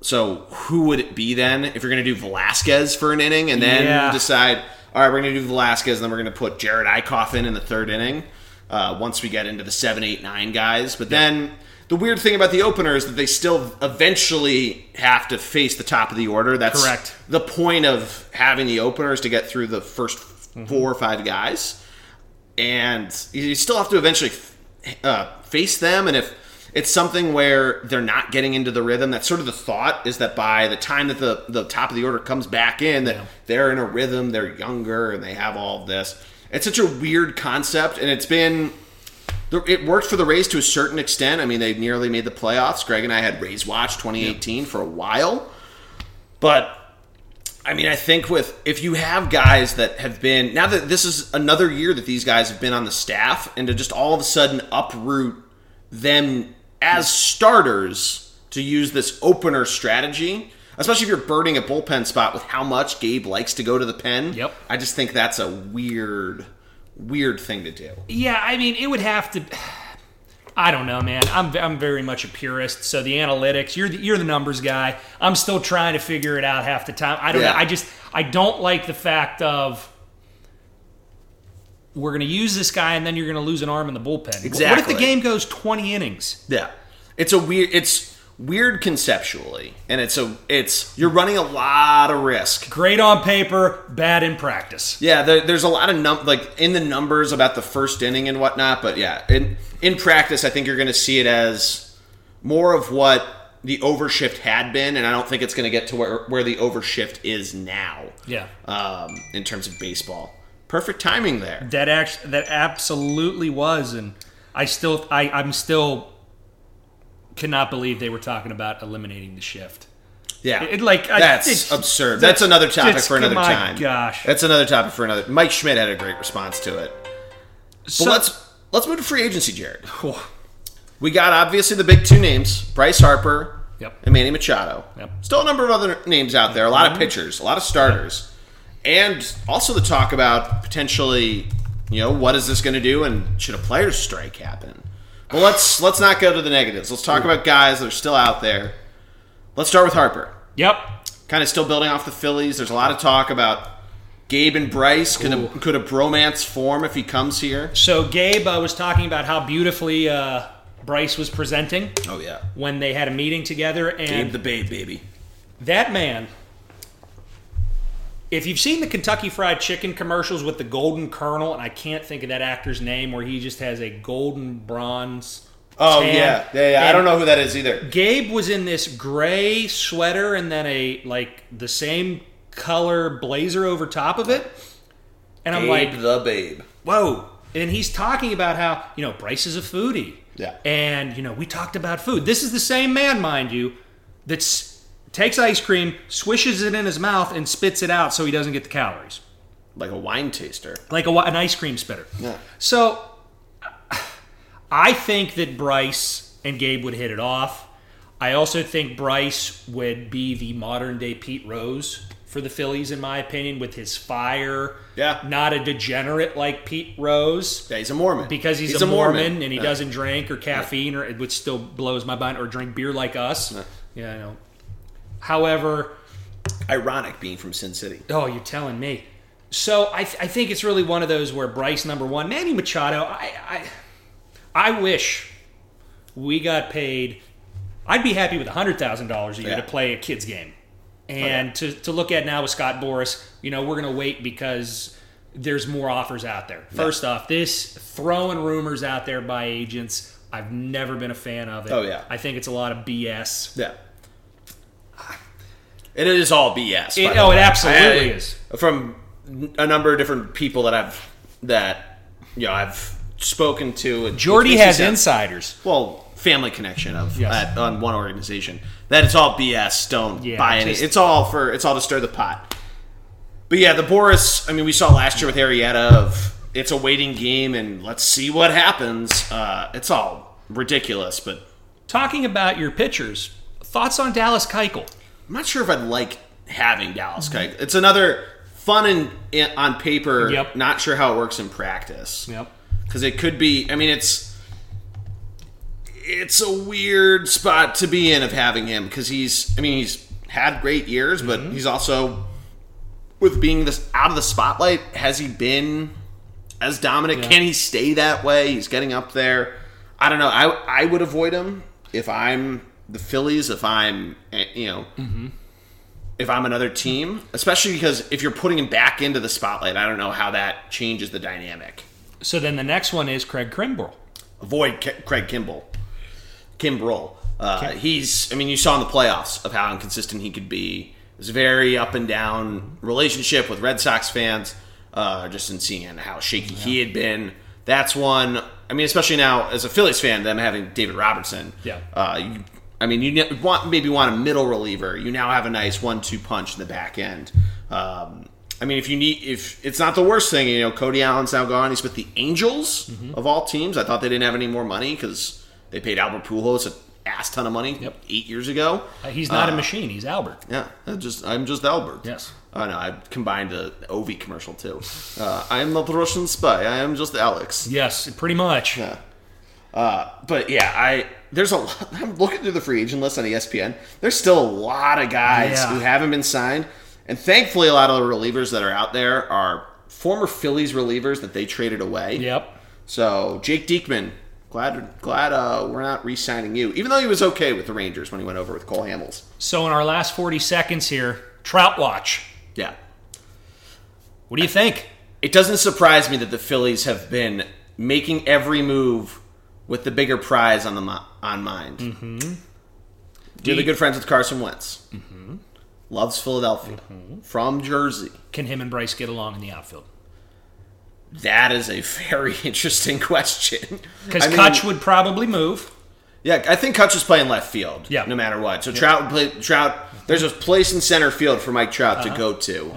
So who would it be then if you're going to do Velasquez for an inning and then
Yeah.
decide, all right, we're going to do Velasquez and then we're going to put Jared Eichhoff in in the third inning uh, once we get into the seven, eight, nine guys. But then the weird thing about the opener is that they still eventually have to face the top of the order. That's
Correct.
the point of having the openers to get through the 1st four or five guys and you still have to eventually uh, face them. And if it's something where they're not getting into the rhythm, that's sort of the thought is that by the time that the, the top of the order comes back in, that they're in a rhythm, they're younger, and they have all of this. It's such a weird concept, and it's been the- it worked for the Rays to a certain extent. I mean, they nearly made the playoffs. Greg and I had Rays Watch 2018 for a while, but I mean, I think with if you have guys that have been now that this is another year that these guys have been on the staff, and to just all of a sudden uproot them as starters to use this opener strategy, especially if you're burning a bullpen spot with how much Gabe likes to go to the pen.
Yep.
I just think that's a weird, weird thing to do.
Yeah, I mean, it would have to. I don't know, man. I'm, I'm very much a purist. So the analytics, you're the, you're the numbers guy. I'm still trying to figure it out half the time. I don't
Yeah.
know. I just I don't like the fact of we're going to use this guy and then you're going to lose an arm in the bullpen. What if
Exactly.
the game goes 20 innings?
Yeah. It's a weird it's weird conceptually, and it's a it's you're running a lot of risk.
Great on paper, bad in practice.
Yeah, there, there's a lot of num like in the numbers about the first inning and whatnot, but yeah, in in practice, I think you're going to see it as more of what the overshift had been, and I don't think it's going to get to where where the overshift is now.
Yeah.
um, in terms of baseball, perfect timing there.
That act that absolutely was, and I still I I'm still cannot believe they were talking about eliminating the shift.
Yeah,
It- like, I-
that's
it's-
absurd.
that's-
That's, another topic
it's-
for another
my
time.
gosh.
that's another topic for another. Mike Schmidt had a great response to it.
So
But let's let's move to free agency, Jared. We got obviously the big two names: Bryce Harper
Yep.
and Manny Machado.
Yep.
Still a number of other names out there. A lot of pitchers, a lot of starters, and also the talk about potentially, you know, what is this going to do, and should a players' strike happen? Well, let's let's not go to the negatives. Let's talk about guys that are still out there. Let's start with Harper
Yep.
kind of still building off the Phillies. There's a lot of talk about Gabe and Bryce. Could a, could a bromance form if he comes here?
So Gabe uh, was talking about how beautifully uh, Bryce was presenting
Oh yeah,
when they had a meeting together, and
Gabe the Babe, baby.
that man. If you've seen the Kentucky Fried Chicken commercials with the golden colonel, and I can't think of that actor's name, where he just has a golden bronze.
Oh
tan,
yeah, yeah. yeah. I
and
don't know who that is either.
Gabe was in this gray sweater and then a like the same color blazer over top of it. And I'm like,
the Babe.
whoa. And he's talking about how, you know, Bryce is a foodie.
Yeah.
And, you know, we talked about food. This is the same man, mind you, that s- takes ice cream, swishes it in his mouth, and spits it out so he doesn't get the calories.
Like a wine taster.
Like a, wa- an ice cream spitter.
Yeah.
So I think that Bryce and Gabe would hit it off. I also think Bryce would be the modern day Pete Rose for the Phillies, in my opinion, with his fire.
Yeah.
Not a degenerate like Pete Rose.
Yeah, he's a Mormon
Because he's, a, Mormon, and he doesn't drink or caffeine or which still blows my mind or drink beer like us. Yeah, I know. However,
Ironic being from Sin City.
Oh, you're telling me. So I, th- I think it's really one of those where Bryce number one, Manny Machado. I I, I wish we got paid. I'd be happy with hundred thousand dollars a year
Yeah. Oh,
to play a kid's game, and to, to look at now with Scott Boris. You know, we're gonna wait because there's more offers out there. First off, this throwing rumors out there by agents. I've never been a fan of it.
Oh, yeah.
I think it's a lot of BS.
Yeah. Ah. And it is all BS. by
It-
the
oh, it
way.
absolutely
I-
is.
From a number of different people that I've that you know I've spoken to. it-
Jordy
it makes
has
me sad.
insiders.
well family connection of
Yes.
at, on one organization that it's all BS. Don't
Yeah,
buy any.
just-
it's all for it's all to stir the pot. But yeah, the Boris. I mean, we saw last year with Arietta of it's a waiting game and let's see what happens. Uh, it's all ridiculous, but
Talking about your pitchers, thoughts on Dallas Keuchel?
I'm not sure if I'd like having Dallas
Mm-hmm.
Keuchel. It's another fun and eh, on paper.
Yep.
Not sure how it works in practice.
Yep.
because it could be. I mean, it's it's a weird spot to be in of having him because he's. I mean, he's had great years, but he's also with being this out of the spotlight. Has he been as dominant? Can he stay that way? He's getting up there. I don't know. I I would avoid him if I'm the Phillies. If I'm eh, you know. If I'm another team, especially because if you're putting him back into the spotlight, I don't know how that changes the dynamic
So then the next one is Craig Krimbrell.
avoid K- Craig Kimball. Kimbrell. Uh, he's, I mean, you saw in the playoffs of how inconsistent he could be. It was a very up and down relationship with Red Sox fans, uh, just in seeing how shaky he had been. That's one, I mean, especially now as a Phillies fan, them having David Robertson.
Yeah.
Uh, you, I mean, you ne- want maybe want a middle reliever. You now have a nice one-two punch in the back end. Um, I mean, if you need, if it's not the worst thing, you know, Cody Allen's now gone. He's with the Angels
Mm-hmm.
of all teams. I thought they didn't have any more money because they paid Albert Pujols an ass ton of money
Yep.
eight years ago.
Uh, He's not
Ah.
a machine. He's Albert.
Yeah, I just I'm just Albert.
Yes.
Oh no, I combined a Ovi commercial too. Uh, I am not the Russian spy. I am just Alex.
Yes, pretty much.
Yeah. Uh, but yeah, I there's a lot. I'm looking through the free agent list on E ESPN. There's still a lot of guys
Yeah.
who haven't been signed, and thankfully, a lot of the relievers that are out there are former Phillies relievers that they traded away.
Yep.
So Jake Diekman Glad, glad uh, we're not re-signing you. Even though he was okay with the Rangers when he went over with Cole Hamels.
So in our last 40 seconds here, Trout watch.
Yeah,
What do you think?
it doesn't surprise me that the Phillies have been making every move with the bigger prize on the mi- on mind. Mm-hmm. Really good friends with Carson Wentz. Mm-hmm. Loves Philadelphia. From Jersey.
Can him and Bryce get along in the outfield?
That is a very interesting question.
Because
I mean,
Kutch would probably move.
yeah, I think Kutch is playing left field.
Yeah.
no matter what. So Trout would play Trout. There's a place in center field for Mike Trout
Uh-huh.
to go to.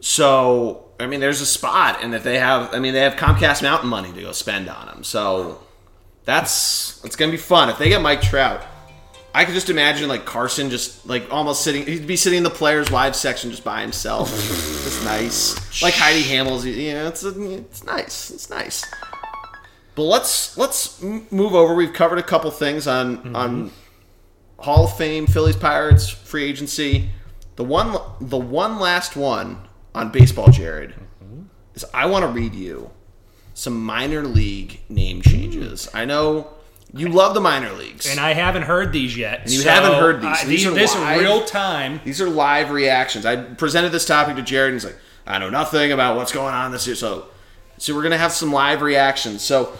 So I mean, there's a spot, and if they have, I mean, they have Comcast Mountain money to go spend on him. So that's it's gonna be fun if they get Mike Trout. I could just imagine like Carson just like almost sitting. He'd be sitting in the players' live section just by himself. it's nice, like Heidi Hamels. You know, it's it's nice. It's nice. But let's let's m- move over. We've covered a couple things on on Hall of Fame, Phillies, Pirates, free agency. The one the one last one on baseball, Jared, is I want to read you some minor league name changes. I know you love the minor leagues.
And I haven't heard these yet.
you haven't heard these.
I-
These are
this
live.
real time.
These are live reactions. I presented this topic to Jared, and he's like, "I know nothing about what's going on this year." So, so we're gonna have some live reactions. So,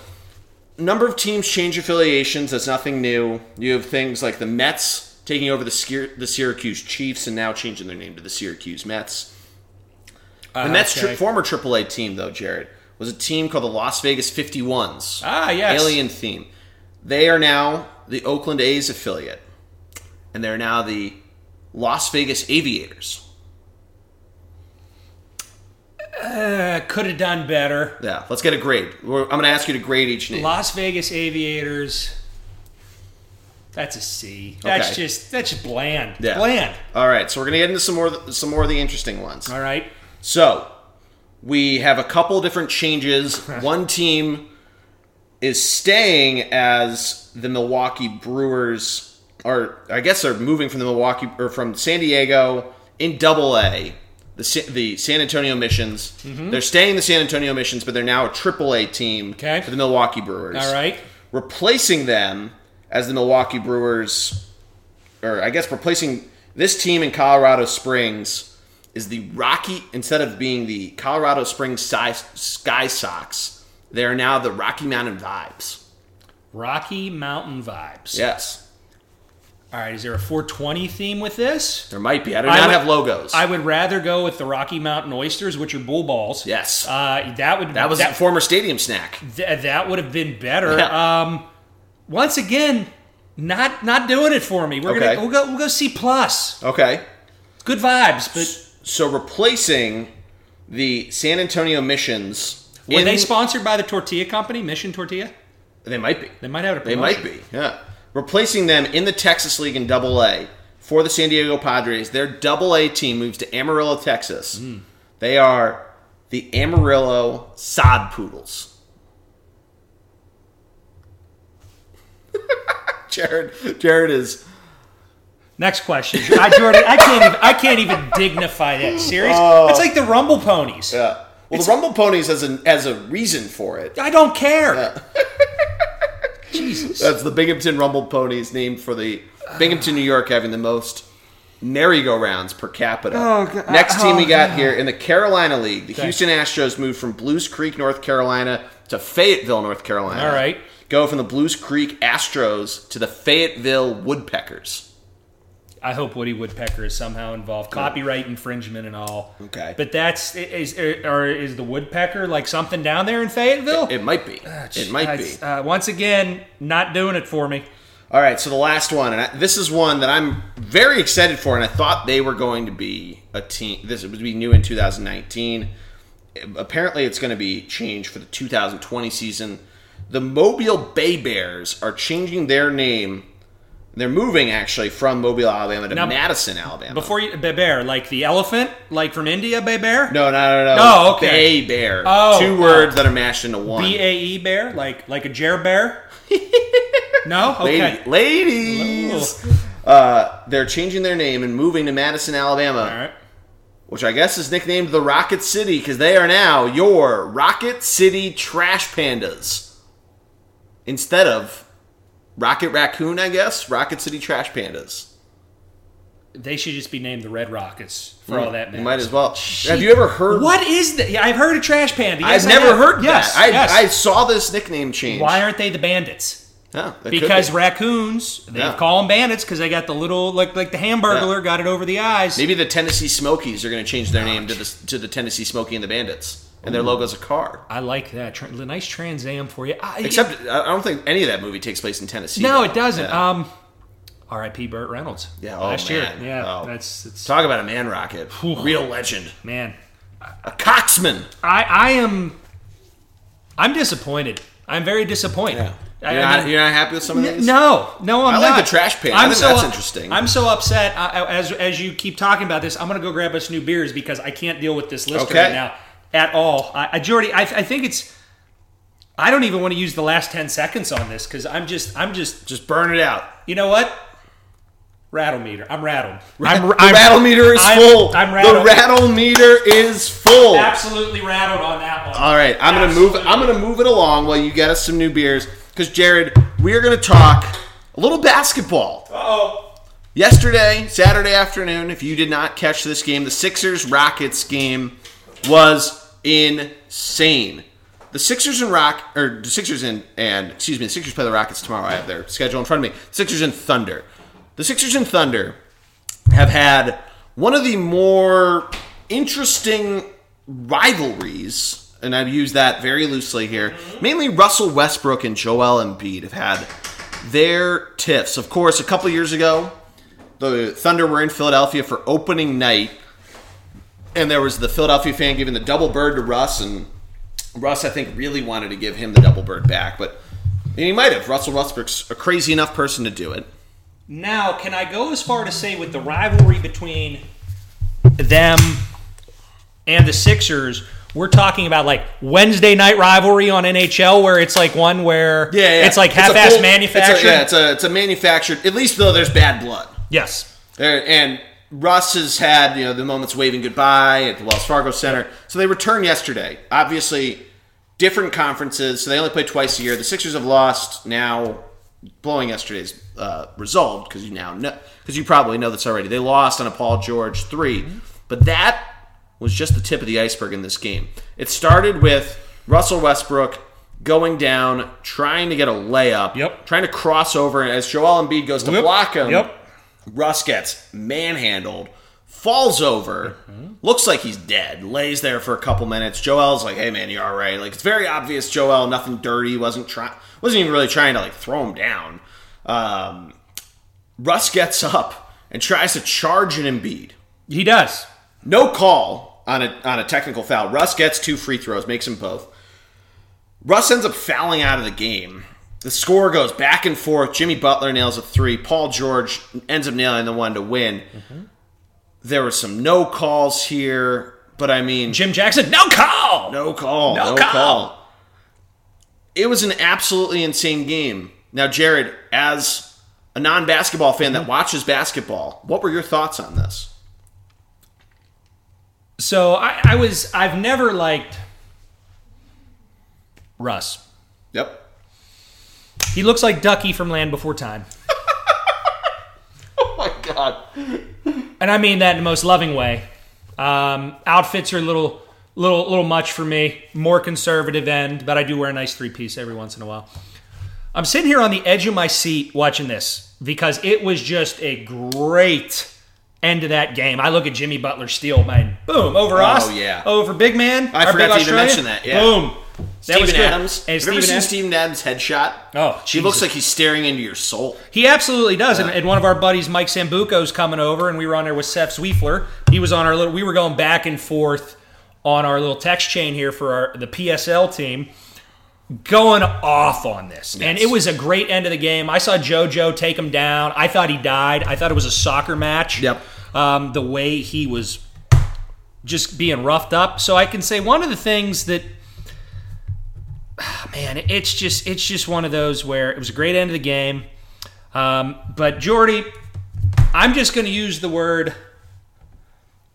number of teams change affiliations. That's nothing new. You have things like the Mets taking over the Syr- the Syracuse Chiefs and now changing their name to the Syracuse Mets. The Mets tri-
okay.
former AAA team, though, Jared, was a team called the Las Vegas 51s.
Ah, yes.
Alien theme. They are now the Oakland A's affiliate, and they're now the Las Vegas Aviators.
Uh, could have done better.
Yeah, let's get a grade. We're, I'm going to ask you to grade each name.
Las Vegas Aviators. That's a C. That's
Okay.
just that's just bland.
Yeah.
Bland.
All right, so we're going to get into some more of the- some more of the interesting ones.
All right.
So we have a couple different changes. One team is staying as the Milwaukee Brewers, or I guess they're moving from the Milwaukee or from San Diego in Double A, the Sa- the San Antonio Missions.
Mm-hmm.
They're staying the San Antonio Missions, but they're now a Triple A team
Okay.
for the Milwaukee Brewers.
All right.
replacing them as the Milwaukee Brewers, or I guess replacing this team in Colorado Springs is the Rocky, instead of being the Colorado Springs Sky, Sky Sox, they are now the Rocky Mountain Vibes.
Rocky Mountain vibes.
Yes.
All right. Is there a 420 theme with this?
There might be. I do
I
not
would-
have logos.
I would rather go with the Rocky Mountain oysters, which are bull balls.
yes.
Uh, that would
that was a
that,
former stadium snack.
th- that would have been better.
Yeah.
Um, once again, not not doing it for me. We're
Okay.
gonna we'll go we'll go C plus.
Okay.
Good vibes, but
So replacing the San Antonio Missions.
were
in-
they sponsored by the tortilla company, Mission Tortilla?
they might be.
They might have a
They might
promotion.
be, yeah. Replacing them in the Texas League in Double A for the San Diego Padres. Their Double A team moves to Amarillo, Texas. They are the Amarillo Sod Poodles. Jared, Jared is.
Next question. I, Jordan, I can't even I can't even dignify that series.
Oh.
it's like the Rumble Ponies.
Uh, well, the Rumble Ponies has a has a reason for it.
I don't care. Jesus.
That's the Binghamton Rumble Ponies, named for the Binghamton, New York, having the most merry-go-rounds per capita.
Oh,
Next team we got here in the Carolina League, the Houston Astros moved from Blues Creek, North Carolina, to Fayetteville, North Carolina.
All right.
go from the Blues Creek Astros to the Fayetteville Woodpeckers.
I hope Woody Woodpecker is somehow involved. Copyright infringement and all.
Okay.
But that's is or is the woodpecker like something down there in Fayetteville?
It might be.
Ah,
It might be.
That's, Uh, once again, not doing it for me.
All right, so the last one, and I, this is one that I'm very excited for, and I thought they were going to be a team. This would be new in 2019. Apparently, it's going to be changed for the 2020 season. The Mobile Bay Bears are changing their name. They're moving actually from Mobile, Alabama to
Now,
Madison, Alabama.
Before you, Bear, like the elephant, like from India, Bear?
no, no, no, no.
Oh, okay.
Bay Bear.
Oh,
Two
oh.
words that are mashed into one.
B A E Bear, like like a jer bear? no? Okay.
Lady,
Oh.
ladies. Uh, they're changing their name and moving to Madison, Alabama.
All right.
which I guess is nicknamed the Rocket City because they are now your Rocket City Trash Pandas. instead of Rocket Raccoon, I guess, Rocket City Trash Pandas.
They should just be named the Red Rockets for all that.
Hmm. You
Matters.
might as well. Have you ever heard?
What is that? Yeah, I've heard of Trash Panda. Yes,
I've
I
never
have.
heard
yes,
that. I,
yes.
I saw this nickname change.
Why aren't they the Bandits?
Yeah, that could
Because
be.
raccoons, they
Yeah.
call them bandits because they got the little like like the Hamburglar got it over the eyes.
maybe the Tennessee Smokies are going to change their name to the to the Tennessee Smoky and the Bandits, and their logo's a car.
I like that. Tra- nice Trans Am for you. I,
Except I I don't think any of that movie takes place in Tennessee.
no,
though.
it doesn't.
Yeah.
Um, R.I.P. Burt Reynolds.
Yeah, oh,
last
man.
year. Yeah,
Oh.
that's it's
Talk about a man rocket, real legend,
man.
a coxman.
I I am. I'm disappointed. I'm very disappointed. I-
You're,
I
not,
mean-
you're not happy with some of these?
No, no, I'm
I
not.
like the trash pan. I think that's interesting.
I'm so upset. I, I- as as you keep talking about this, I'm gonna go grab us new beers because I can't deal with this list
Okay.
right now at all. I, I Jordy, I, I think it's. I don't even want to use the last ten seconds on this because I'm just, I'm just,
Just burn it out.
you know what? Rattle meter. I'm rattled. I'm,
The rattle meter is
I'm-
full.
I'm
The
rattled.
rattle meter is full.
absolutely rattled on that one.
All right, I'm gonna move. I'm gonna move it along while you get us some new beers. Because Jared, we are gonna talk a little basketball.
Oh,
Yesterday, Saturday afternoon, if you did not catch this game, the Sixers Rockets game was insane. The Sixers and Rock or the Sixers and and excuse me, the Sixers play the Rockets tomorrow. I have their schedule in front of me. Sixers and Thunder. The Sixers and Thunder have had one of the more interesting rivalries, and I've used that very loosely here. Mainly Russell Westbrook and Joel Embiid have had their tiffs. Of course, a couple years ago, the Thunder were in Philadelphia for opening night, and there was the Philadelphia fan giving the double bird to Russ, and Russ, I think, really wanted to give him the double bird back, but and he might have. Russell Westbrook's a crazy enough person to do it.
now can I go as far to say with the rivalry between them and the Sixers? We're talking about like Wednesday night rivalry on NHL, where it's like one where
Yeah, yeah.
it's like
a
half-ass
full-
manufactured.
It's a, yeah, it's a it's a manufactured. At least though, there's bad blood.
yes,
There- And Russ has had you know the moments waving goodbye at the Wells Fargo Center. So they returned yesterday. Obviously, different conferences. So they only play twice a year. The Sixers have lost now, blowing yesterday's uh, result because you now know because you probably know this already. They lost on a Paul George 3 but that was just the tip of the iceberg in this game. It started with Russell Westbrook going down, trying to get a layup,
Yep.
trying to cross over, and as Joel Embiid goes to
Yep.
block him,
Yep.
Russ gets manhandled, falls over,
Mm-hmm.
looks like he's dead, lays there for a couple minutes. Joel's like, "Hey man, you're all right." Like it's very obvious Joel, nothing dirty, wasn't trying, wasn't even really trying to like throw him down. Um, Russ gets up and tries to charge an Embiid.
he does.
No call on a on a technical foul. Russ gets two free throws, makes them both. Russ ends up fouling out of the game. The score goes back and forth. Jimmy Butler nails a three. Paul George ends up nailing the one to win. There were some no calls here, but I mean,
Jim Jackson, no call.
no call, no,
No
call.
call.
It was an absolutely insane game. Now, Jared, as a non-basketball fan that watches basketball, what were your thoughts on this?
So I, I was, I've never liked Russ.
Yep.
He looks like Ducky from Land Before Time.
Oh my god.
and I mean that in the most loving way. Um, outfits are a little, little, little much for me. More conservative end, but I do wear a nice three piece every once in a while. I'm sitting here on the edge of my seat watching this because it was just a great end to that game. I look at Jimmy Butler steal, man, boom over us,
Oh, yeah.
over big man.
I
our
forgot
big
to even
Australian,
mention that, yeah.
boom. That
Steven
was good.
Adams.
And
Have you ever
Steven
seen
Adams-
Steven Adams' headshot?
Oh,
he looks
Jesus.
like he's staring into your soul.
He absolutely does. And, and one of our buddies, Mike Sambuco's coming over, and we were on there with Seth Zwiefler. He was on our little. We were going back and forth on our little text chain here for our the PSL team, going off on this. And it was a great end of the game. I saw JoJo take him down. I thought he died. I thought it was a soccer match.
Yep.
Um, the way he was just being roughed up. So I can say one of the things that man, it's just it's just one of those where it was a great end of the game. Um, but Jordy, I'm just going to use the word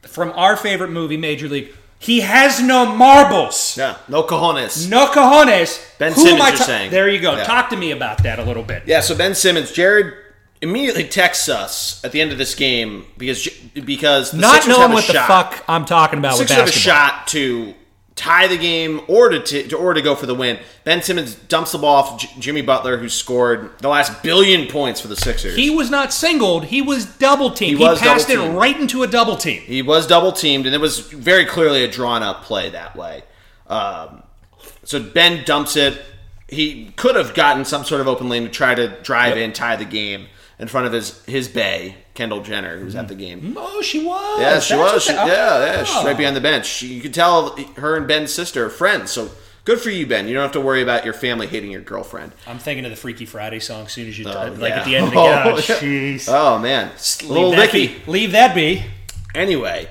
from our favorite movie, Major League He has no marbles.
Yeah, no cojones.
No cojones.
Ben
Who am
Simmons,
I
you're
ta-
saying.
There you go.
Yeah.
Talk to me about that a little bit.
Yeah, so Ben Simmons, Jared immediately texts us at the end of this game because because the
Not
Sixers have
knowing
a
what
shot.
the fuck I'm talking about with
Sixers have a
basketball.
shot to tie the game or to, t- or to go for the win. Ben Simmons dumps the ball off J- Jimmy Butler, who scored the last billion points for the Sixers.
He was not singled. He was double teamed.
He
He,
was
passed it
double-teamed.
right into a double team.
He was double teamed, and it was very clearly a drawn up play that way. Um, so Ben dumps it. He could have gotten some sort of open lane to try to drive in, tie the game in front of his his bay, Kendall Jenner, who was at the game.
Oh, she was.
Yeah, she
That's what
was. She,
the-
yeah, yeah, she's
Oh.
right behind the bench. She, you could tell her and Ben's sister are friends. So good for you, Ben. You don't have to worry about your family hating your girlfriend.
I'm thinking of the Freaky Friday song as soon as you,
Oh,
like
yeah.
at the end of the
Oh,
oh,
yeah.
jeez.
Oh man, little
Leave that
Vicky.
be. Leave that be.
Anyway,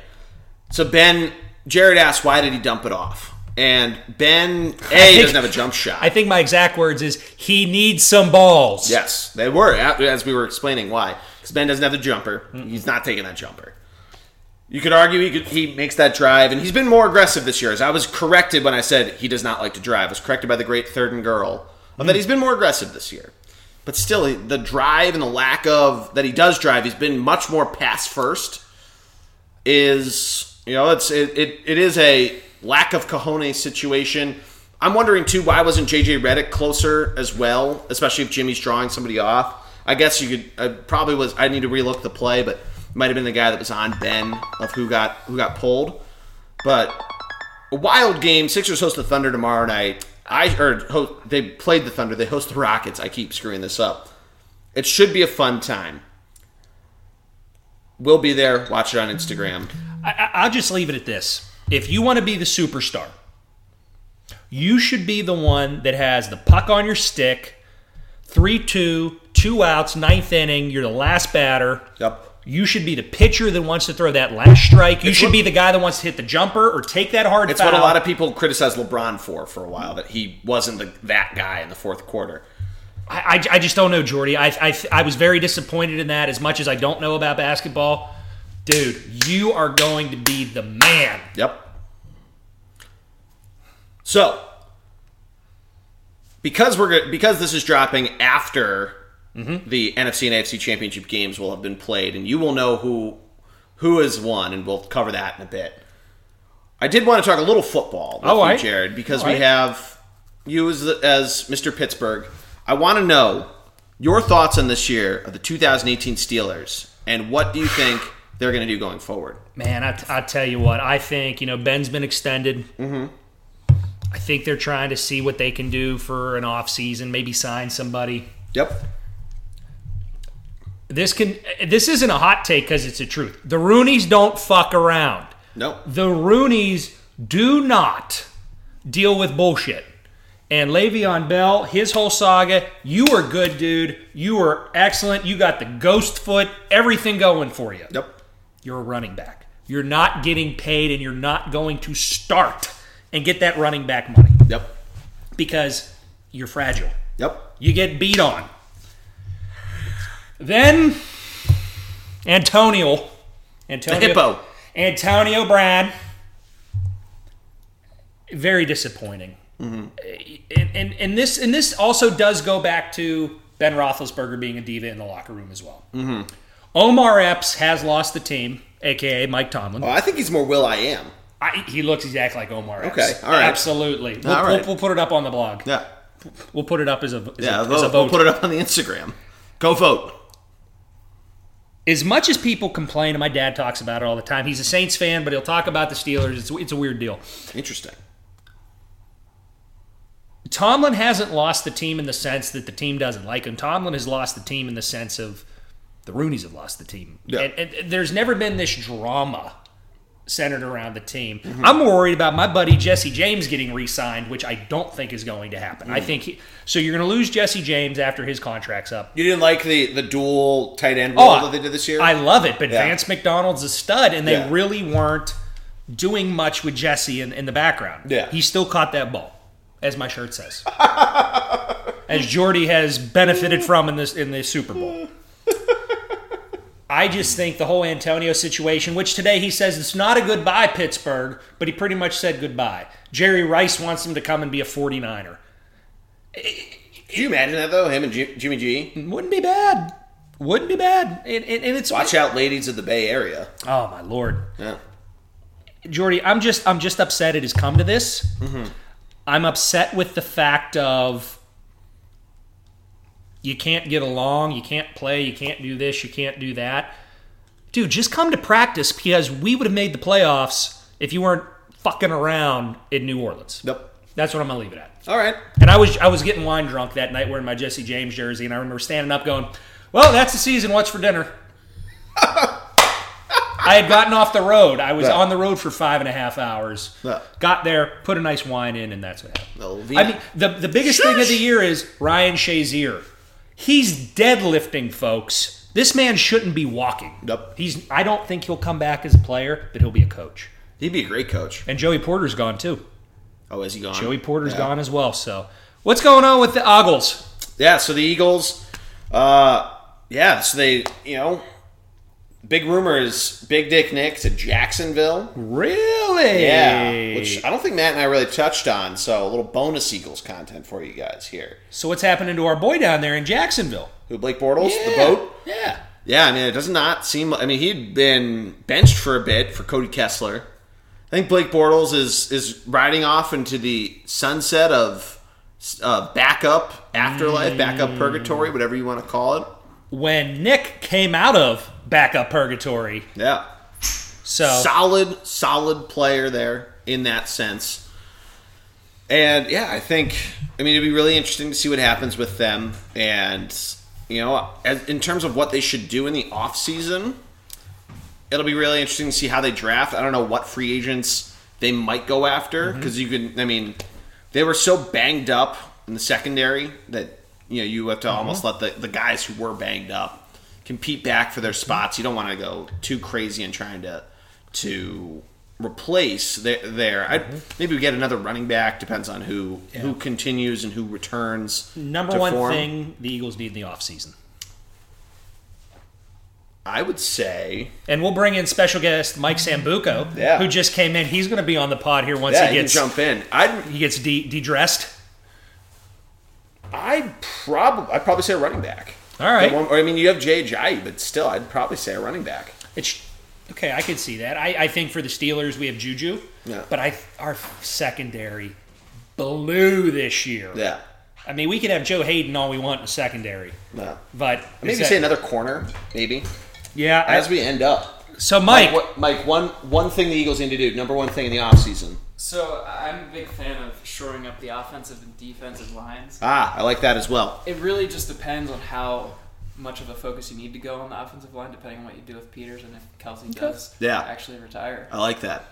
so Ben, Jared asks, why did he dump it off? And Ben, A,
think-
doesn't have a jump shot.
I think my exact words is he needs some balls.
yes, they were, a- as we were explaining why. Because Ben doesn't have the jumper. He's not taking that jumper. You could argue he, could, he makes that drive, and he's been more aggressive this year. As I was corrected when I said he does not like to drive, I was corrected by the great third and girl of
Hmm.
that he's been more aggressive this year. But still, he- the drive and the lack of that he does drive, he's been much more pass first. is you know it's it, it, it is a lack of cojones situation. I'm wondering too why wasn't JJ Redick closer as well, especially if Jimmy's drawing somebody off. I guess you could I probably was I need to relook the play, but it might have been the guy that was on Ben of who got who got pulled. But a wild game. Sixers host the Thunder tomorrow night. I or ho- they played the Thunder. They host the Rockets. I keep screwing this up. It should be a fun time. We'll be there. Watch it on Instagram.
I- I, I'll just leave it at this. If you want to be the superstar, you should be the one that has the puck on your stick, 3 2, two outs, ninth inning, you're the last batter.
Yep.
You should be the pitcher that wants to throw that last strike. You should be the guy that wants to hit the jumper or take that hard
It's
foul.
what a lot of people criticized LeBron for for a while that he wasn't the, that guy in the fourth quarter.
I, I, I just don't know, Jordy. I, I, I was very disappointed in that as much as I don't know about basketball. Dude, you are going to be the man.
Yep. So because we're go- because this is dropping after
Mm-hmm.
the NFC and AFC championship games will have been played, and you will know who who has won, and we'll cover that in a bit. I did want to talk a little football with
All
you,
right.
Jared, because
All
we
right.
have you as, the- as Mr. Pittsburgh. I want to know your thoughts on this year of the 2018 Steelers, and what do you think they're going to do going forward?
Man, I, I tell you what, I think, you know, Ben's been extended. Mm-hmm. I think they're trying to see what they can do for an offseason, maybe sign somebody.
Yep.
This can this isn't a hot take because it's the truth. The Roonies don't fuck around.
No.
The Roonies do not deal with bullshit. And Le'Veon Bell, his whole saga, you were good, dude. You were excellent. You got the ghost foot, everything going for you.
Yep.
You're a running back. You're not getting paid and you're not going to start and get that running back money
Yep.
because you're fragile.
Yep.
You get beat on. Then Antonio. Antonio
hippo.
Antonio Brown. Very disappointing.
Mm-hmm.
And, and and this and this also does go back to Ben Roethlisberger being a diva in the locker room as well.
Mm-hmm.
Omar Epps has lost the team, aka Mike Tomlin.
Well, Oh, I think he's more Will I Am.
I, he looks exactly like Omar Epps.
Okay, all right.
absolutely. We'll,
All
we'll-
right.
we'll put it up on the blog.
Yeah.
We'll put it up as a as
Yeah.
a, as a
We'll,
vote.
we'll put it up on the Instagram. Go vote.
as much as people complain, and my dad talks about it all the time. He's a Saints fan, but he'll talk about the Steelers. It's, it's a weird deal.
Interesting.
Tomlin hasn't lost the team in the sense that the team doesn't like him. Tomlin has lost the team in the sense of the Roonies have lost the team.
Yeah.
And, and there's never been this drama centered around the team. I'm worried about my buddy Jesse James getting re signed, which I don't think is going to happen. I think he, so. You're going to lose Jesse James after his contract's up.
You didn't like the the dual tight end role
Oh,
that they did this year.
I love it, but
Yeah.
Vance McDonald's a stud, and they
Yeah.
really weren't doing much with Jesse in, in the background.
Yeah.
He still caught that ball, as my shirt says. as Jordy has benefited from in this in the Super Bowl. I just think the whole Antonio situation, which today he says it's not a goodbye Pittsburgh, but he pretty much said goodbye. Jerry Rice wants him to come and be a 49er.
Can you imagine that though? Him and Ju- Jimmy G.
Wouldn't be bad. Wouldn't be bad. And, and, and it's
Watch out, ladies of the Bay Area.
Oh my lord,
Yeah.
Jordy, I'm just I'm just upset it has come to this. I'm upset with the fact of you can't get along, you can't play, you can't do this, you can't do that. Dude, just come to practice because we would have made the playoffs if you weren't fucking around in New Orleans.
Nope.
That's what I'm gonna leave it at.
All right.
And I was I was getting wine drunk that night wearing my Jesse James jersey, and I remember standing up going, "Well, that's the season. What's for dinner?" I had gotten off the road. I was
Yeah.
on the road for five and a half hours.
Yeah.
Got there, put a nice wine in, and that's what happened.
Well,
I mean, the the biggest thing of the year is Ryan Shazier. He's deadlifting, folks. This man shouldn't be walking.
Nope.
He's. I don't think he'll come back as a player, but he'll be a coach.
He'd be a great coach.
And Joey Porter's gone too.
Oh, is he gone?
Joey Porter's
Yeah.
gone as well. So, what's going on with the Ogles?
Yeah. So the Eagles. Uh, yeah. So they, you know, big rumor is Big Dick Nick to Jacksonville.
Really?
Yeah, which I don't think Matt and I really touched on. So a little bonus Eagles content for you guys here.
so what's happening to our boy down there in Jacksonville?
Who Blake Bortles, the boat.
Yeah.
Yeah, I mean it does not seem. I mean he'd been benched for a bit for Cody Kessler. I think Blake Bortles is is riding off into the sunset of uh, backup afterlife, backup purgatory, whatever you want to call it.
When Nick came out of backup purgatory,
Yeah,
so
solid, solid player there in that sense. And yeah, I think I mean it'd be really interesting to see what happens with them and you know, as, in terms of what they should do in the offseason, it'll be really interesting to see how they draft. I don't know what free agents they might go after
Mm-hmm.
because you can I mean, they were so banged up in the secondary that you know, you have to
Mm-hmm.
almost let the, the guys who were banged up compete back for their
Mm-hmm.
spots. You don't want to go too crazy in trying to to replace their, their I'd,
Mm-hmm.
maybe we get another running back depends on who who continues and who returns
number
to
one
form.
thing the Eagles need in the offseason.
I would say
And we'll bring in special guest Mike Sambuco,
Yeah.
who just came in. He's going to be on the pod here once
yeah,
he
he can
gets
jump in. I'd
he gets de- de-dressed.
I'd probably I'd probably say a running back.
All right.
One- or, I mean, you have Jay Ajayi, but still, I'd probably say a running back.
It's okay. I could see that. I, I think for the Steelers, we have Juju,
Yeah.
but I our secondary blew this year.
Yeah.
I mean, we could have Joe Hayden all we want in the secondary,
No.
but
Maybe
is
say
that-
another corner, maybe
Yeah. I-
as we end up.
so, Mike,
what, Mike, one one thing the Eagles need to do. Number one thing in the offseason.
So I'm a big fan of shoring up the offensive and defensive lines.
Ah, I like that as well.
It really just depends on how much of a focus you need to go on the offensive line, depending on what you do with Peters and if Kelsey does
Yeah. Uh,
actually retire.
I like that.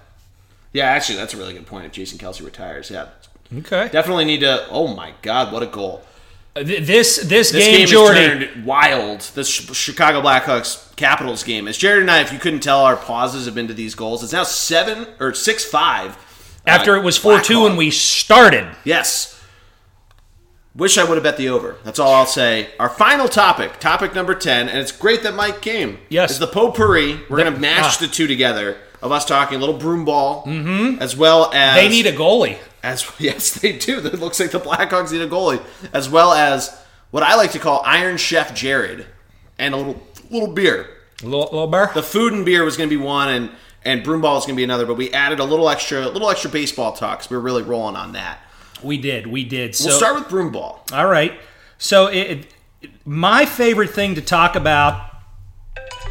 Yeah, actually, that's a really good point. If Jason Kelsey retires, yeah,
okay.
definitely need to. Oh my God, what a goal!
Th- This this,
This
game,
game,
Jordy.
has turned wild. This Ch- Chicago Blackhawks Capitals game. As Jared and I, if you couldn't tell, our pauses have been to these goals. It's now seven or six five. uh,
after it was four two and we started.
Yes. Wish I would have bet the over. That's all I'll say. Our final topic, topic number 10, and it's great that Mike came.
Yes.
Is the potpourri. We're going to mash
ah.
the two together of us talking a little broom ball, mm-hmm. as well as.
They need a goalie.
As, yes, they do. It looks like the Blackhawks need a goalie, as well as what I like to call Iron Chef Jared and a little little beer.
Little, little bear.
The food and beer was going to be one, and and broom ball is going to be another. But we added a little extra, little extra baseball talk. 'cause we we're really rolling on that.
we did. We did. So
We'll start with broom ball.
all right. So it, it, my favorite thing to talk about,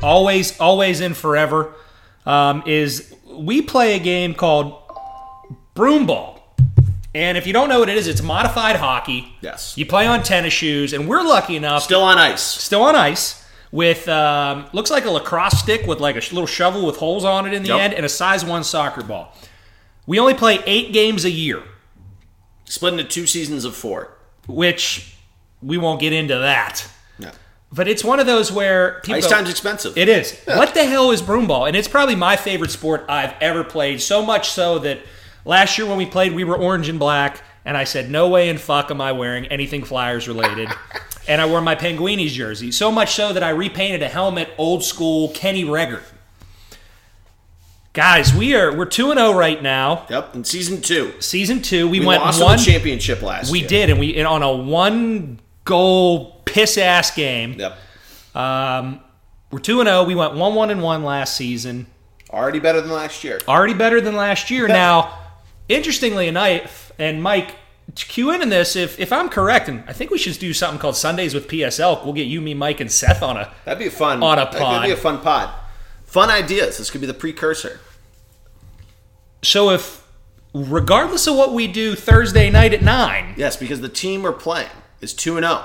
always, always and forever, um, is we play a game called broom ball. And if you don't know what it is, it's modified hockey.
Yes.
You play on tennis shoes, and we're lucky enough
Still on ice.
still on ice with um, looks like a lacrosse stick with like a sh- little shovel with holes on it in the
Yep.
end and a size one soccer ball. We only play eight games a year,
Split into two seasons of four.
which we won't get into that.
No.
But it's one of those where people
Ice
go,
time's expensive.
It is. What the hell is broom ball? And it's probably my favorite sport I've ever played. So much so that last year when we played, we were orange and black, and I said, "No way in fuck am I wearing anything Flyers related." and I wore my Penguinis jersey. So much so that I repainted a helmet old school Kenny Reggert. Guys, we are we're two and zero right now.
Yep, in season two.
Season two, we,
We
went
lost
one.
the championship last
we
year.
did, and we and on a one goal piss ass game.
Yep.
Um, we're two and zero. We went one one and one last season.
Already better than last year.
already better than last year. now, interestingly enough, and Mike, to cue in on this, if if I'm correct, and I think we should do something called Sundays with PS Elk. We'll get you, me, Mike, and Seth on a.
That'd be a fun.
On a
That'd
pod.
be a fun pod. Fun ideas. This could be the precursor.
So if, regardless of what we do Thursday night at nine,
Yes, because the team we're playing is two and zero.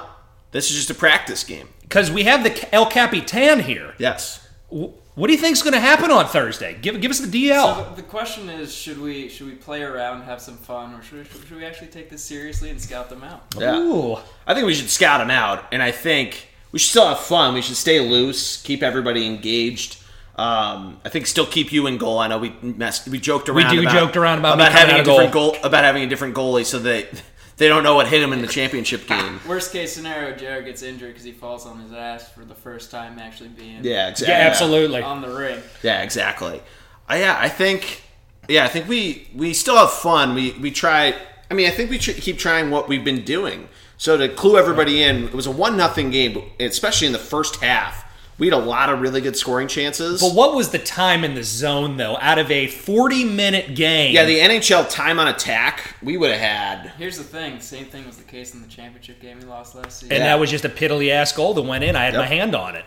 This is just a practice game.
because we have the El Capitan here,
Yes.
wh- what do you think's going to happen on Thursday? Give give us the DL.
So the, the question is, should we should we play around, have some fun, or should we, should we actually take this seriously and scout them out?
Yeah.
Ooh.
I think we should scout them out, and I think we should still have fun. We should stay loose, keep everybody engaged. Um, I think still keep you in goal. I know we messed, we joked around.
do- we
about,
joked around about me coming
having
out
a
of
different goal. about having a different goalie, so they they don't know what hit him in the championship game.
Worst case scenario, Jared gets injured because he falls on his ass for the first time actually being
Yeah, exactly.
Yeah, Um, absolutely.
on the ring.
Yeah, exactly. I, yeah, I think. Yeah, I think we we still have fun. We we try. I mean, I think we tr- keep trying what we've been doing. So to clue everybody in, it was a one nothing game, but especially in the first half. We had a lot of really good scoring chances.
But what was the time in the zone though? Out of a forty-minute game,
yeah, the NHL time on attack, we would have had.
Here's the thing: same thing was the case in the championship game we lost last season.
and that was just a piddly ass goal that went in. I had my
Yep.
hand on it.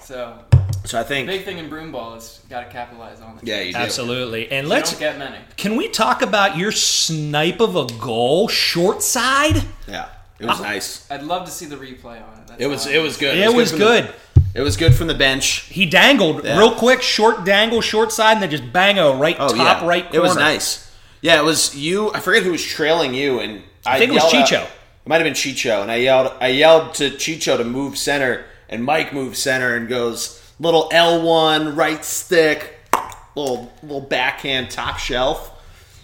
so
So I think.
big thing in broom ball is got to capitalize on it.
yeah, you do.
Absolutely. And
You
let's
don't get many.
can we talk about your snipe of a goal short side?
Yeah, it was nice.
I'd love to see the replay on it. That's
It was
all.
it was good.
Uh-huh. It was
from
good.
The, it was good from the bench.
He dangled
Yeah.
real quick, short dangle, short side, and then just bango right
Oh
top
yeah,
right corner.
It was nice. Yeah, it was you. I forget who was trailing you, and I,
think it was
yelled out-
Chicho.
it might have been Chicho, and I yelled. I yelled to Chicho to move center, and Mike moves center and goes little L one right stick, little little backhand top shelf.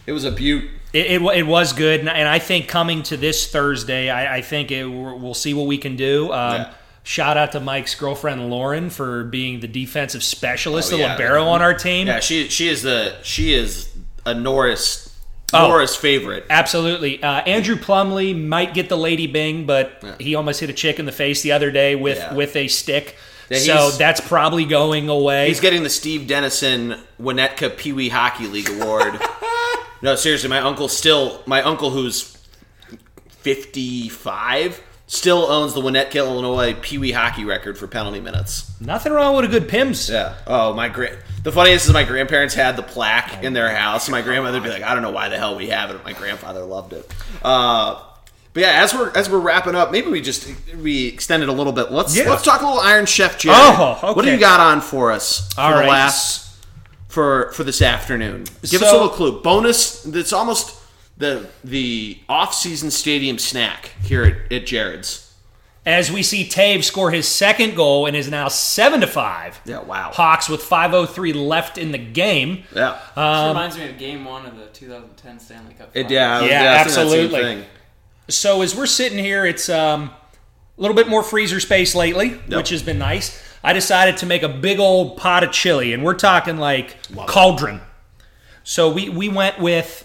It was a beaut.
It, it, wa- it was good, and, and I think coming to this Thursday, I, I think it, we're- we'll see what we can do. Um,
Yeah.
Shout out to Mike's girlfriend Lauren for being the defensive specialist,
Oh,
the
yeah.
libero on our team.
Yeah, she she is the she is a Norris
Oh.
Norris favorite.
Absolutely. Uh, Andrew Plumley might get the Lady Bing, but he almost hit a chick in the face the other day with,
Yeah.
with a stick.
Yeah,
so
he's-
that's probably going away.
He's getting the Steve Dennison Winnetka Pee Wee Hockey League Award. no, seriously, my uncle still my uncle who's fifty five still owns the Winnetka Illinois Pee Wee hockey record for penalty minutes.
Nothing wrong with a good Pims.
Yeah. Oh my grand. The funniest is my grandparents had the plaque in
Oh,
their house, and my grandmother'd be like, "I don't know why the hell we have it." but My grandfather loved it. Uh, but yeah, as we're as we're wrapping up, maybe we just we extend it a little bit. Let's
Yeah.
let's talk a little Iron Chef, Jared.
Oh,
What do
okay.
you got on for us for
All
the
right.
last for for this afternoon? Give us a
So-
little clue. Bonus. That's almost the the off season stadium snack here at, at Jared's.
As we see Tave score his second goal and is now 7 to 5.
Yeah. Wow.
Hawks with 5.03 left in the game.
Yeah.
Uh,
This reminds me of Game One of the 2010 Stanley Cup.
It-
Final.
yeah. I was-
Yeah,
I was thinking that same
absolutely.
thing.
So as we're sitting here, it's um, a little bit more freezer space lately,
Yep.
which has been nice. I decided to make a big old pot of chili, and we're talking like cauldron. So we we went with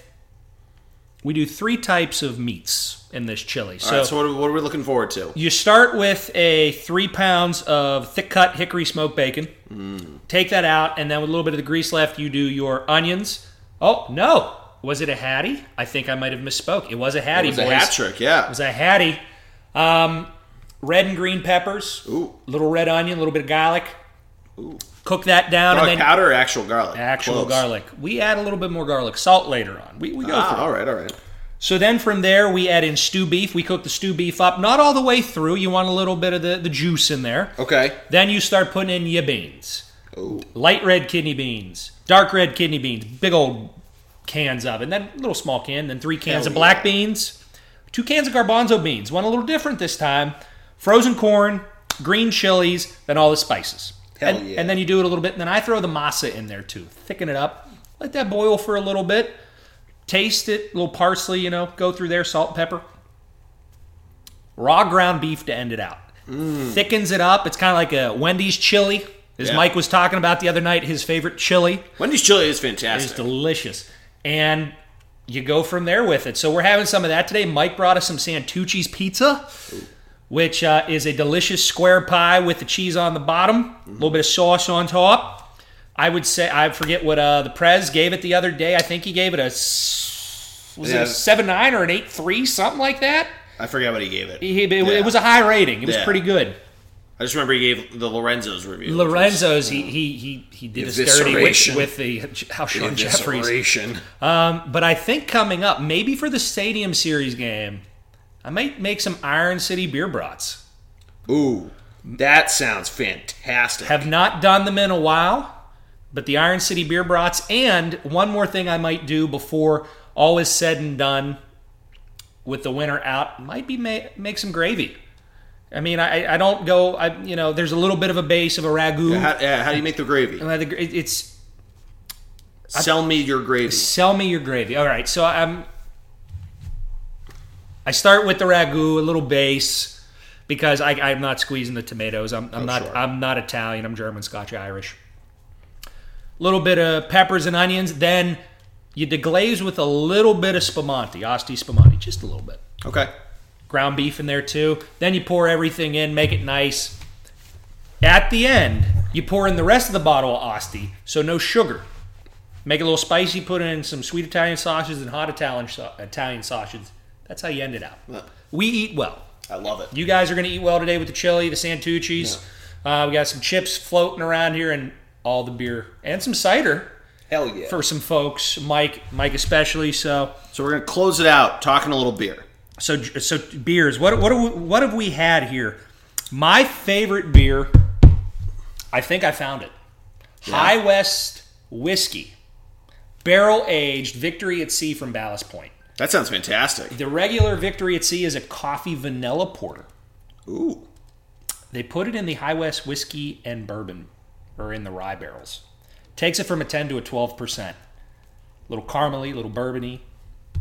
we do three types of meats in this chili.
All
So,
right, so what are, what are we looking forward to?
you start with a three pounds of thick cut hickory smoked bacon.
Mm.
Take that out, and then with a little bit of the grease left, you do your onions. Oh no, was it a hattie? I think I might have misspoke. It was a hattie.
It was a
boys.
hat trick, yeah.
It was a hattie. Um, red and green peppers.
Ooh.
Little red onion, a little bit of garlic. Cook that down
garlic
and then
powder or actual garlic?
actual
Cloves.
garlic. We add a little bit more garlic salt later on. We, we go for it.
Ah, all right, all right.
So then from there, we add in stew beef. We cook the stew beef up, not all the way through. You want a little bit of the, the juice in there.
Okay.
Then you start putting in your beans
Ooh.
light red kidney beans, dark red kidney beans, big old cans of it, and then a little small can, then three cans
Hell
of black
yeah.
beans, two cans of garbanzo beans, one a little different this time, frozen corn, green chilies, then all the spices.
Hell
and,
yeah.
and then you do it a little bit, and then I throw the masa in there too. Thicken it up, let that boil for a little bit, taste it, a little parsley, you know, go through there, salt, pepper. raw ground beef to end it out. Thickens it up. It's kind of like a Wendy's chili. As
Mm. Yeah.
Mike was talking about the other night, his favorite chili
Wendy's chili is
is
fantastic.
delicious. And you go from there with it. So we're having some of that today. Mike brought us some Santucci's pizza, which uh, is a delicious square pie with the cheese on the bottom, a little bit of sauce on top. I would say I forget what uh, the Prez gave it the other day. I think he gave it a s- was it
Yeah.
a seven nine or an eight three something like that.
I forget what he gave it.
He, it, it
Yeah.
was a high rating. It was
Yeah.
pretty good.
I just remember he gave the Lorenzo's review. which was
Lorenzo's he he he, he did us dirty with,
Evisceration.
with the how Sean Jeffries
evisceration.
Um, But I think coming up, maybe for the Stadium Series game, I might make some Iron City beer brats.
Ooh, that sounds fantastic.
Have not done them in a while, but the Iron City beer brats. And one more thing I might do before all is said and done with the winter out might be ma- make some gravy. I mean, I, I don't go, I, you know, there's a little bit of a base of a ragu.
how, yeah, how do you make the gravy?
Uh, the gr- it- It's
Sell me your gravy.
Sell me your gravy. All right, so I'm. I start with the ragu, a little base, because I, I'm not squeezing the tomatoes. I'm, I'm not.
sure.
I'm not Italian. I'm German, Scotch, Irish. Little bit of peppers and onions. Then you deglaze with a little bit of spumante, Asti spumante, just a little bit.
Okay.
Ground beef in there too. Then you pour everything in, make it nice. At the end, you pour in the rest of the bottle of Asti, so no sugar. Make it a little spicy. Put in some sweet Italian sausages and hot Italian sau- Italian sausages. That's how you end it out. We eat well.
I love it.
You guys are going to eat well today with the chili, the Santucci's. Uh, we got some chips floating around here, and all the beer and some cider
Hell yeah.
for some folks. Mike, Mike especially. So,
so we're gonna close it out talking a little beer.
so, so beers. What what do we, what have we had here? My favorite beer. I think I found it. High West whiskey, barrel aged Victory at Sea from Ballast Point.
That sounds fantastic.
The regular Victory at Sea is a coffee vanilla porter.
Ooh.
They put it in the High West whiskey and bourbon, or in the rye barrels. Takes it from a 10 to a 12%. Little caramely, little bourbony,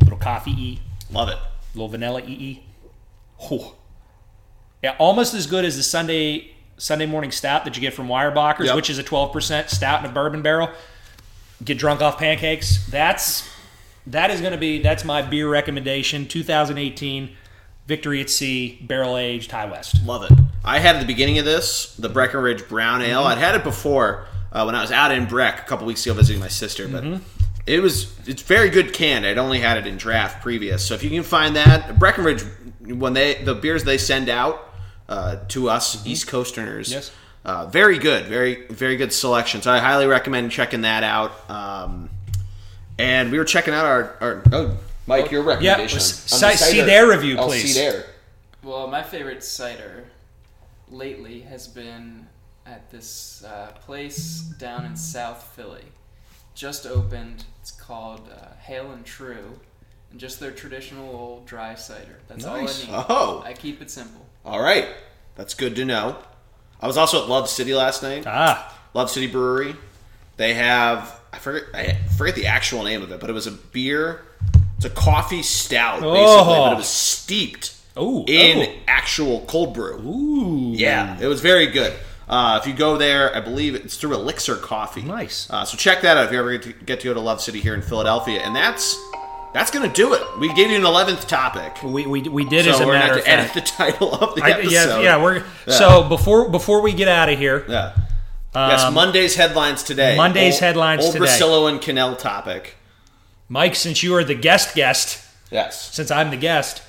little coffee y,
Love it.
little vanilla ee. Oh. Yeah, almost as good as the Sunday Sunday morning stout that you get from Weyerbacher's,
Yep.
which is a 12% stout in a bourbon barrel. Get drunk off pancakes. That's that is going to be that's my beer recommendation 2018 Victory at Sea barrel aged High West.
Love it. I had at the beginning of this the Breckenridge Brown
Mm-hmm.
Ale. I'd had it before uh, when I was out in Breck a couple weeks ago visiting my sister, but
Mm-hmm.
it was it's very good canned. I'd only had it in draft previous, so if you can find that Breckenridge when they the beers they send out uh, to us East Coasterners,
Mm-hmm. Yes.
uh, very good, very very good selection. So I highly recommend checking that out. Um, and we were checking out our, our oh Mike your recommendation.
Yeah, s-
on the
si- see
cider.
their review,
Oh,
please.
see there.
Well, my favorite cider lately has been at this uh, place down in South Philly. Just opened. It's called uh, Hale and True, and just their traditional old dry cider. That's
Nice.
all I need.
Oh.
I keep it simple.
All right. That's good to know. I was also at Love City last night.
Ah.
Love City Brewery. They have I forget I forget the actual name of it, but it was a beer. It's a coffee stout basically, but
Oh.
it was steeped
Oh,
in
oh.
actual cold brew.
Ooh.
Yeah, it was very good. Uh, if you go there, I believe it's through Elixir Coffee.
Nice.
Uh, so check that out if you ever get to, get to go to Love City here in Philadelphia, and that's that's gonna do it. We gave you an eleventh topic,
We, we, we did as
so
a
we're gonna
matter
have
of
to edit
fact.
the title of the
I-
episode.
yeah, yeah, we're so before before we get out of here,
Yeah. yes, Monday's headlines today.
Um, Monday's
Old-
headlines
old
today.
Brasillo and Cannell topic.
Mike, since you are the guest guest,
Yes.
since I'm the guest,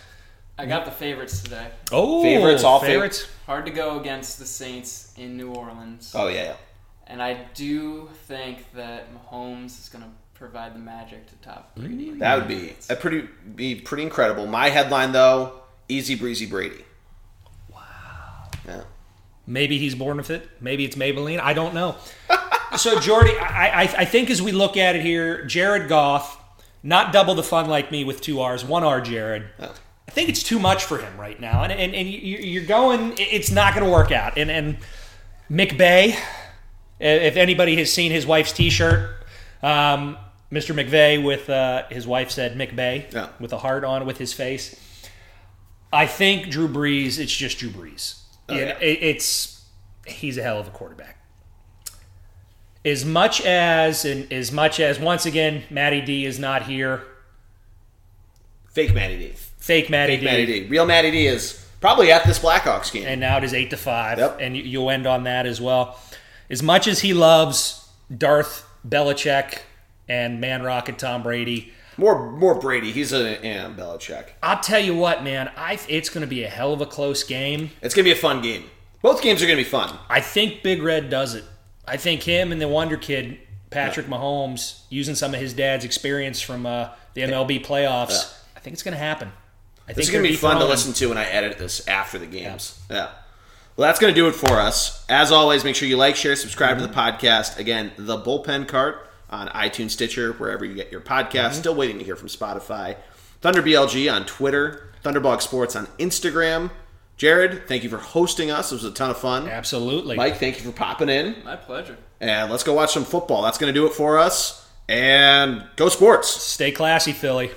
I got the favorites today.
oh,
Favorites, all
favorites.
Hard to go against the Saints in New Orleans.
Oh yeah. yeah.
And I do think that Mahomes is going to provide the magic to top Brady.
That would be a pretty be pretty incredible. My headline though, easy breezy Brady. Wow.
Maybe he's born with it. Maybe it's Maybelline. I don't know. so Jordy, I, I I think as we look at it here, Jared Goff, not double the fun like me with two R's, one R, Jared.
Yeah. Oh.
I think it's too much for him right now, and and, and you- you're going. It's not going to work out. And and McVay, if anybody has seen his wife's T-shirt, um, Mr. McVay with uh, his wife said McVay
Yeah.
with a heart on with his face. I think Drew Brees. It's just Drew Brees. Oh, yeah. it- it's he's a hell of a quarterback. As much as and as much as once again, Matty D is not here.
Fake Matty D.
Fake Matty D.
Matty D. Real Matty D is probably at this Blackhawks game.
and now it is eight to five,
Yep.
and you, you'll end on that as well. As much as he loves Darth Belichick and Man Rocket Tom Brady,
more more Brady. He's a and Belichick.
I'll tell you what, man, I it's going to be a hell of a close game.
It's gonna be a fun game. Both games are gonna be fun.
I think Big Red does it. I think him and the Wonder Kid, Patrick Mahomes, using some of his dad's experience from uh, the MLB playoffs, I think it's going to happen. I think
It's gonna
they're
be fun to
dethroned.
listen to when I edit this after the games. Yeah. Well, that's gonna do it for us. As always, make sure you like, share, subscribe to the podcast. Again, the bullpen cart on iTunes, Stitcher, wherever you get your podcast. Still waiting to hear from Spotify. Thunder BLG on Twitter. Thunderbog Sports on Instagram. Jared, thank you for hosting us. It was a ton of fun.
Absolutely.
Mike, thank you for popping in.
My pleasure.
And let's go watch some football. That's going to do it for us. And go sports.
Stay classy, Philly.